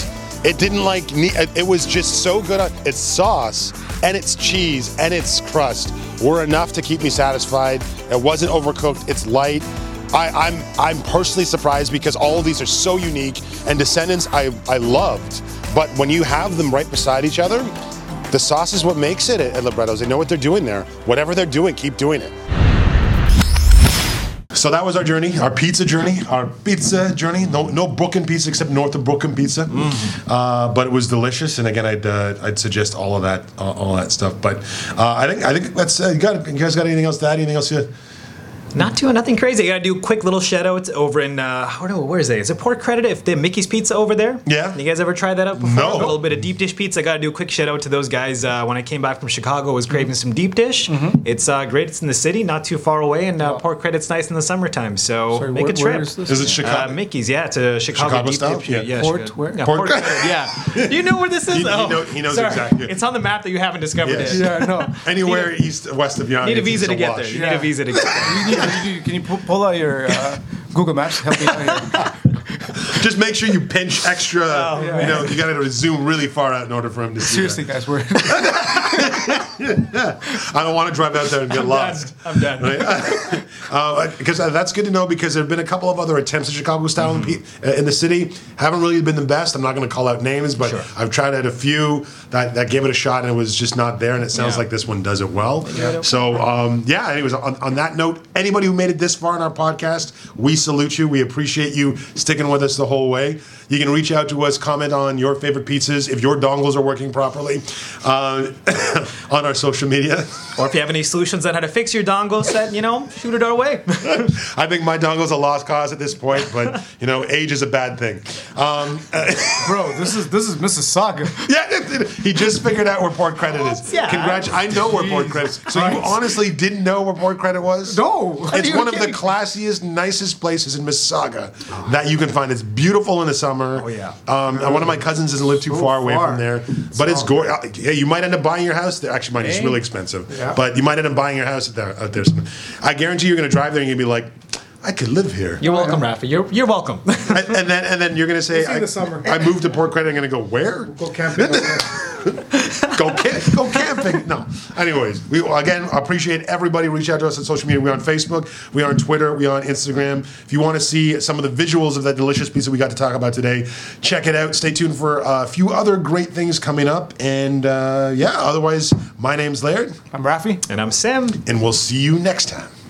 Speaker 7: It didn't like ne- it- it was just so good. on- Its sauce and its cheese and its crust were enough to keep me satisfied. It wasn't overcooked. It's light. I, I'm I'm personally surprised because all of these are so unique and Descendants I, I loved, but when you have them right beside each other, the sauce is what makes it at, at Librettos. They know what they're doing there. Whatever they're doing, keep doing it.
Speaker 1: So that was our journey, our pizza journey, our pizza journey. No, no Brooklyn pizza except north of Brooklyn pizza, uh, but it was delicious. And again, I'd uh, I'd suggest all of that, uh, all that stuff. But uh, I think I think that's uh, you, got, you guys got anything else to add? Anything else? To,
Speaker 3: Not doing nothing crazy. I gotta do quick little shout outs over in uh I don't know where is it? Is it Port Credit? If the Mickey's Pizza over there?
Speaker 1: Yeah.
Speaker 3: You guys ever tried that out before?
Speaker 1: No.
Speaker 3: A little bit of deep dish pizza. I gotta do a quick shout out to those guys. Uh, when I came back from Chicago, I was craving
Speaker 1: Mm-hmm.
Speaker 3: some deep dish. It's uh, great. It's in the city, not too far away, and uh, Port Credit's nice in the summertime. So
Speaker 2: Sorry,
Speaker 3: make
Speaker 2: where-
Speaker 3: a trip.
Speaker 2: where is this?
Speaker 1: is it
Speaker 3: Uh,
Speaker 1: Chicago?
Speaker 3: Mickey's, yeah, it's a Chicago,
Speaker 1: Chicago
Speaker 3: deep
Speaker 1: style?
Speaker 3: dish.
Speaker 1: Yeah.
Speaker 2: Port
Speaker 3: Chicago-
Speaker 2: where?
Speaker 3: Yeah,
Speaker 1: Port
Speaker 3: Port,
Speaker 1: Credit.
Speaker 3: Credit. Yeah, you know where this is.
Speaker 1: He- he
Speaker 3: oh.
Speaker 1: know- he knows
Speaker 3: Sorry.
Speaker 1: exactly.
Speaker 3: It's on the map that you haven't discovered
Speaker 1: Yes.
Speaker 3: it.
Speaker 2: Yeah, no.
Speaker 1: Anywhere
Speaker 3: Need a-
Speaker 1: east, west of Yon.
Speaker 3: You need a
Speaker 1: it's-
Speaker 3: visa
Speaker 1: it's
Speaker 3: to get
Speaker 1: wash.
Speaker 3: there. You need
Speaker 2: Yeah.
Speaker 3: a visa to get there.
Speaker 2: You need- you- can you pu- pull out your uh, Google Maps to help me out here?
Speaker 1: Just make sure you pinch extra. you
Speaker 3: Oh,
Speaker 2: man.
Speaker 1: know, you got to zoom really far out in order for him to see.
Speaker 2: Seriously,
Speaker 1: that.
Speaker 2: guys, we're
Speaker 1: I don't want to drive out there and get lost.
Speaker 3: I'm done.
Speaker 1: because uh, that's good to know because there have been a couple of other attempts at Chicago style in pe- uh in the city. Haven't really been the best. I'm not going to call out names, but I've tried out a few that, that gave it a shot and it was just not there. And it sounds
Speaker 3: Yeah.
Speaker 1: like this one does it well. So, um, yeah, anyways, on, on that note, anybody who made it this far in our podcast, we salute you. We appreciate you sticking with us the whole way. You can reach out to us, comment on your favorite pizzas, if your dongles are working properly, uh, on our social media.
Speaker 3: Or if you have any solutions on how to fix your dongle set, you know, shoot it our way.
Speaker 1: I think my dongle's a lost cause at this point, but you know, age is a bad thing. Um, uh,
Speaker 2: bro. This is this is Mississauga.
Speaker 1: yeah, he just figured out where port credit is.
Speaker 3: Yeah.
Speaker 1: Congrats! I know where port credit. is. So you honestly didn't know where port credit was?
Speaker 2: No. Are
Speaker 1: It's
Speaker 2: you
Speaker 1: one of the
Speaker 2: kidding?
Speaker 1: classiest, nicest places in Mississauga that you can find. It's beautiful in the summer.
Speaker 3: Oh, yeah.
Speaker 1: Um, and one of my cousins doesn't live too far, away
Speaker 2: far.
Speaker 1: from there, but it's gorgeous. uh, Yeah, you might end up buying your house there. Actually, mine is
Speaker 3: Hey.
Speaker 1: really expensive,
Speaker 2: Yeah.
Speaker 1: but you might end up buying your house out there. Out there. I guarantee you're going to drive there and you're going to be like, I could live here.
Speaker 3: You're welcome, Rafa. You're you're welcome.
Speaker 1: and, and then and then you're going to say,
Speaker 2: see you
Speaker 1: I,
Speaker 2: this summer.
Speaker 1: I moved to Port Credit. I'm going to go where?
Speaker 2: Go camping.
Speaker 1: go camp, go camping. No. Anyways, we again appreciate everybody reach out to us on social media. We're on Facebook, we are on Twitter, we are on Instagram. If you want to see some of the visuals of that delicious pizza we got to talk about today, check it out. Stay tuned for a few other great things coming up. And uh, yeah, otherwise, my name's Laird,
Speaker 2: I'm Rafi.
Speaker 3: and I'm Sam.
Speaker 1: and we'll see you next time.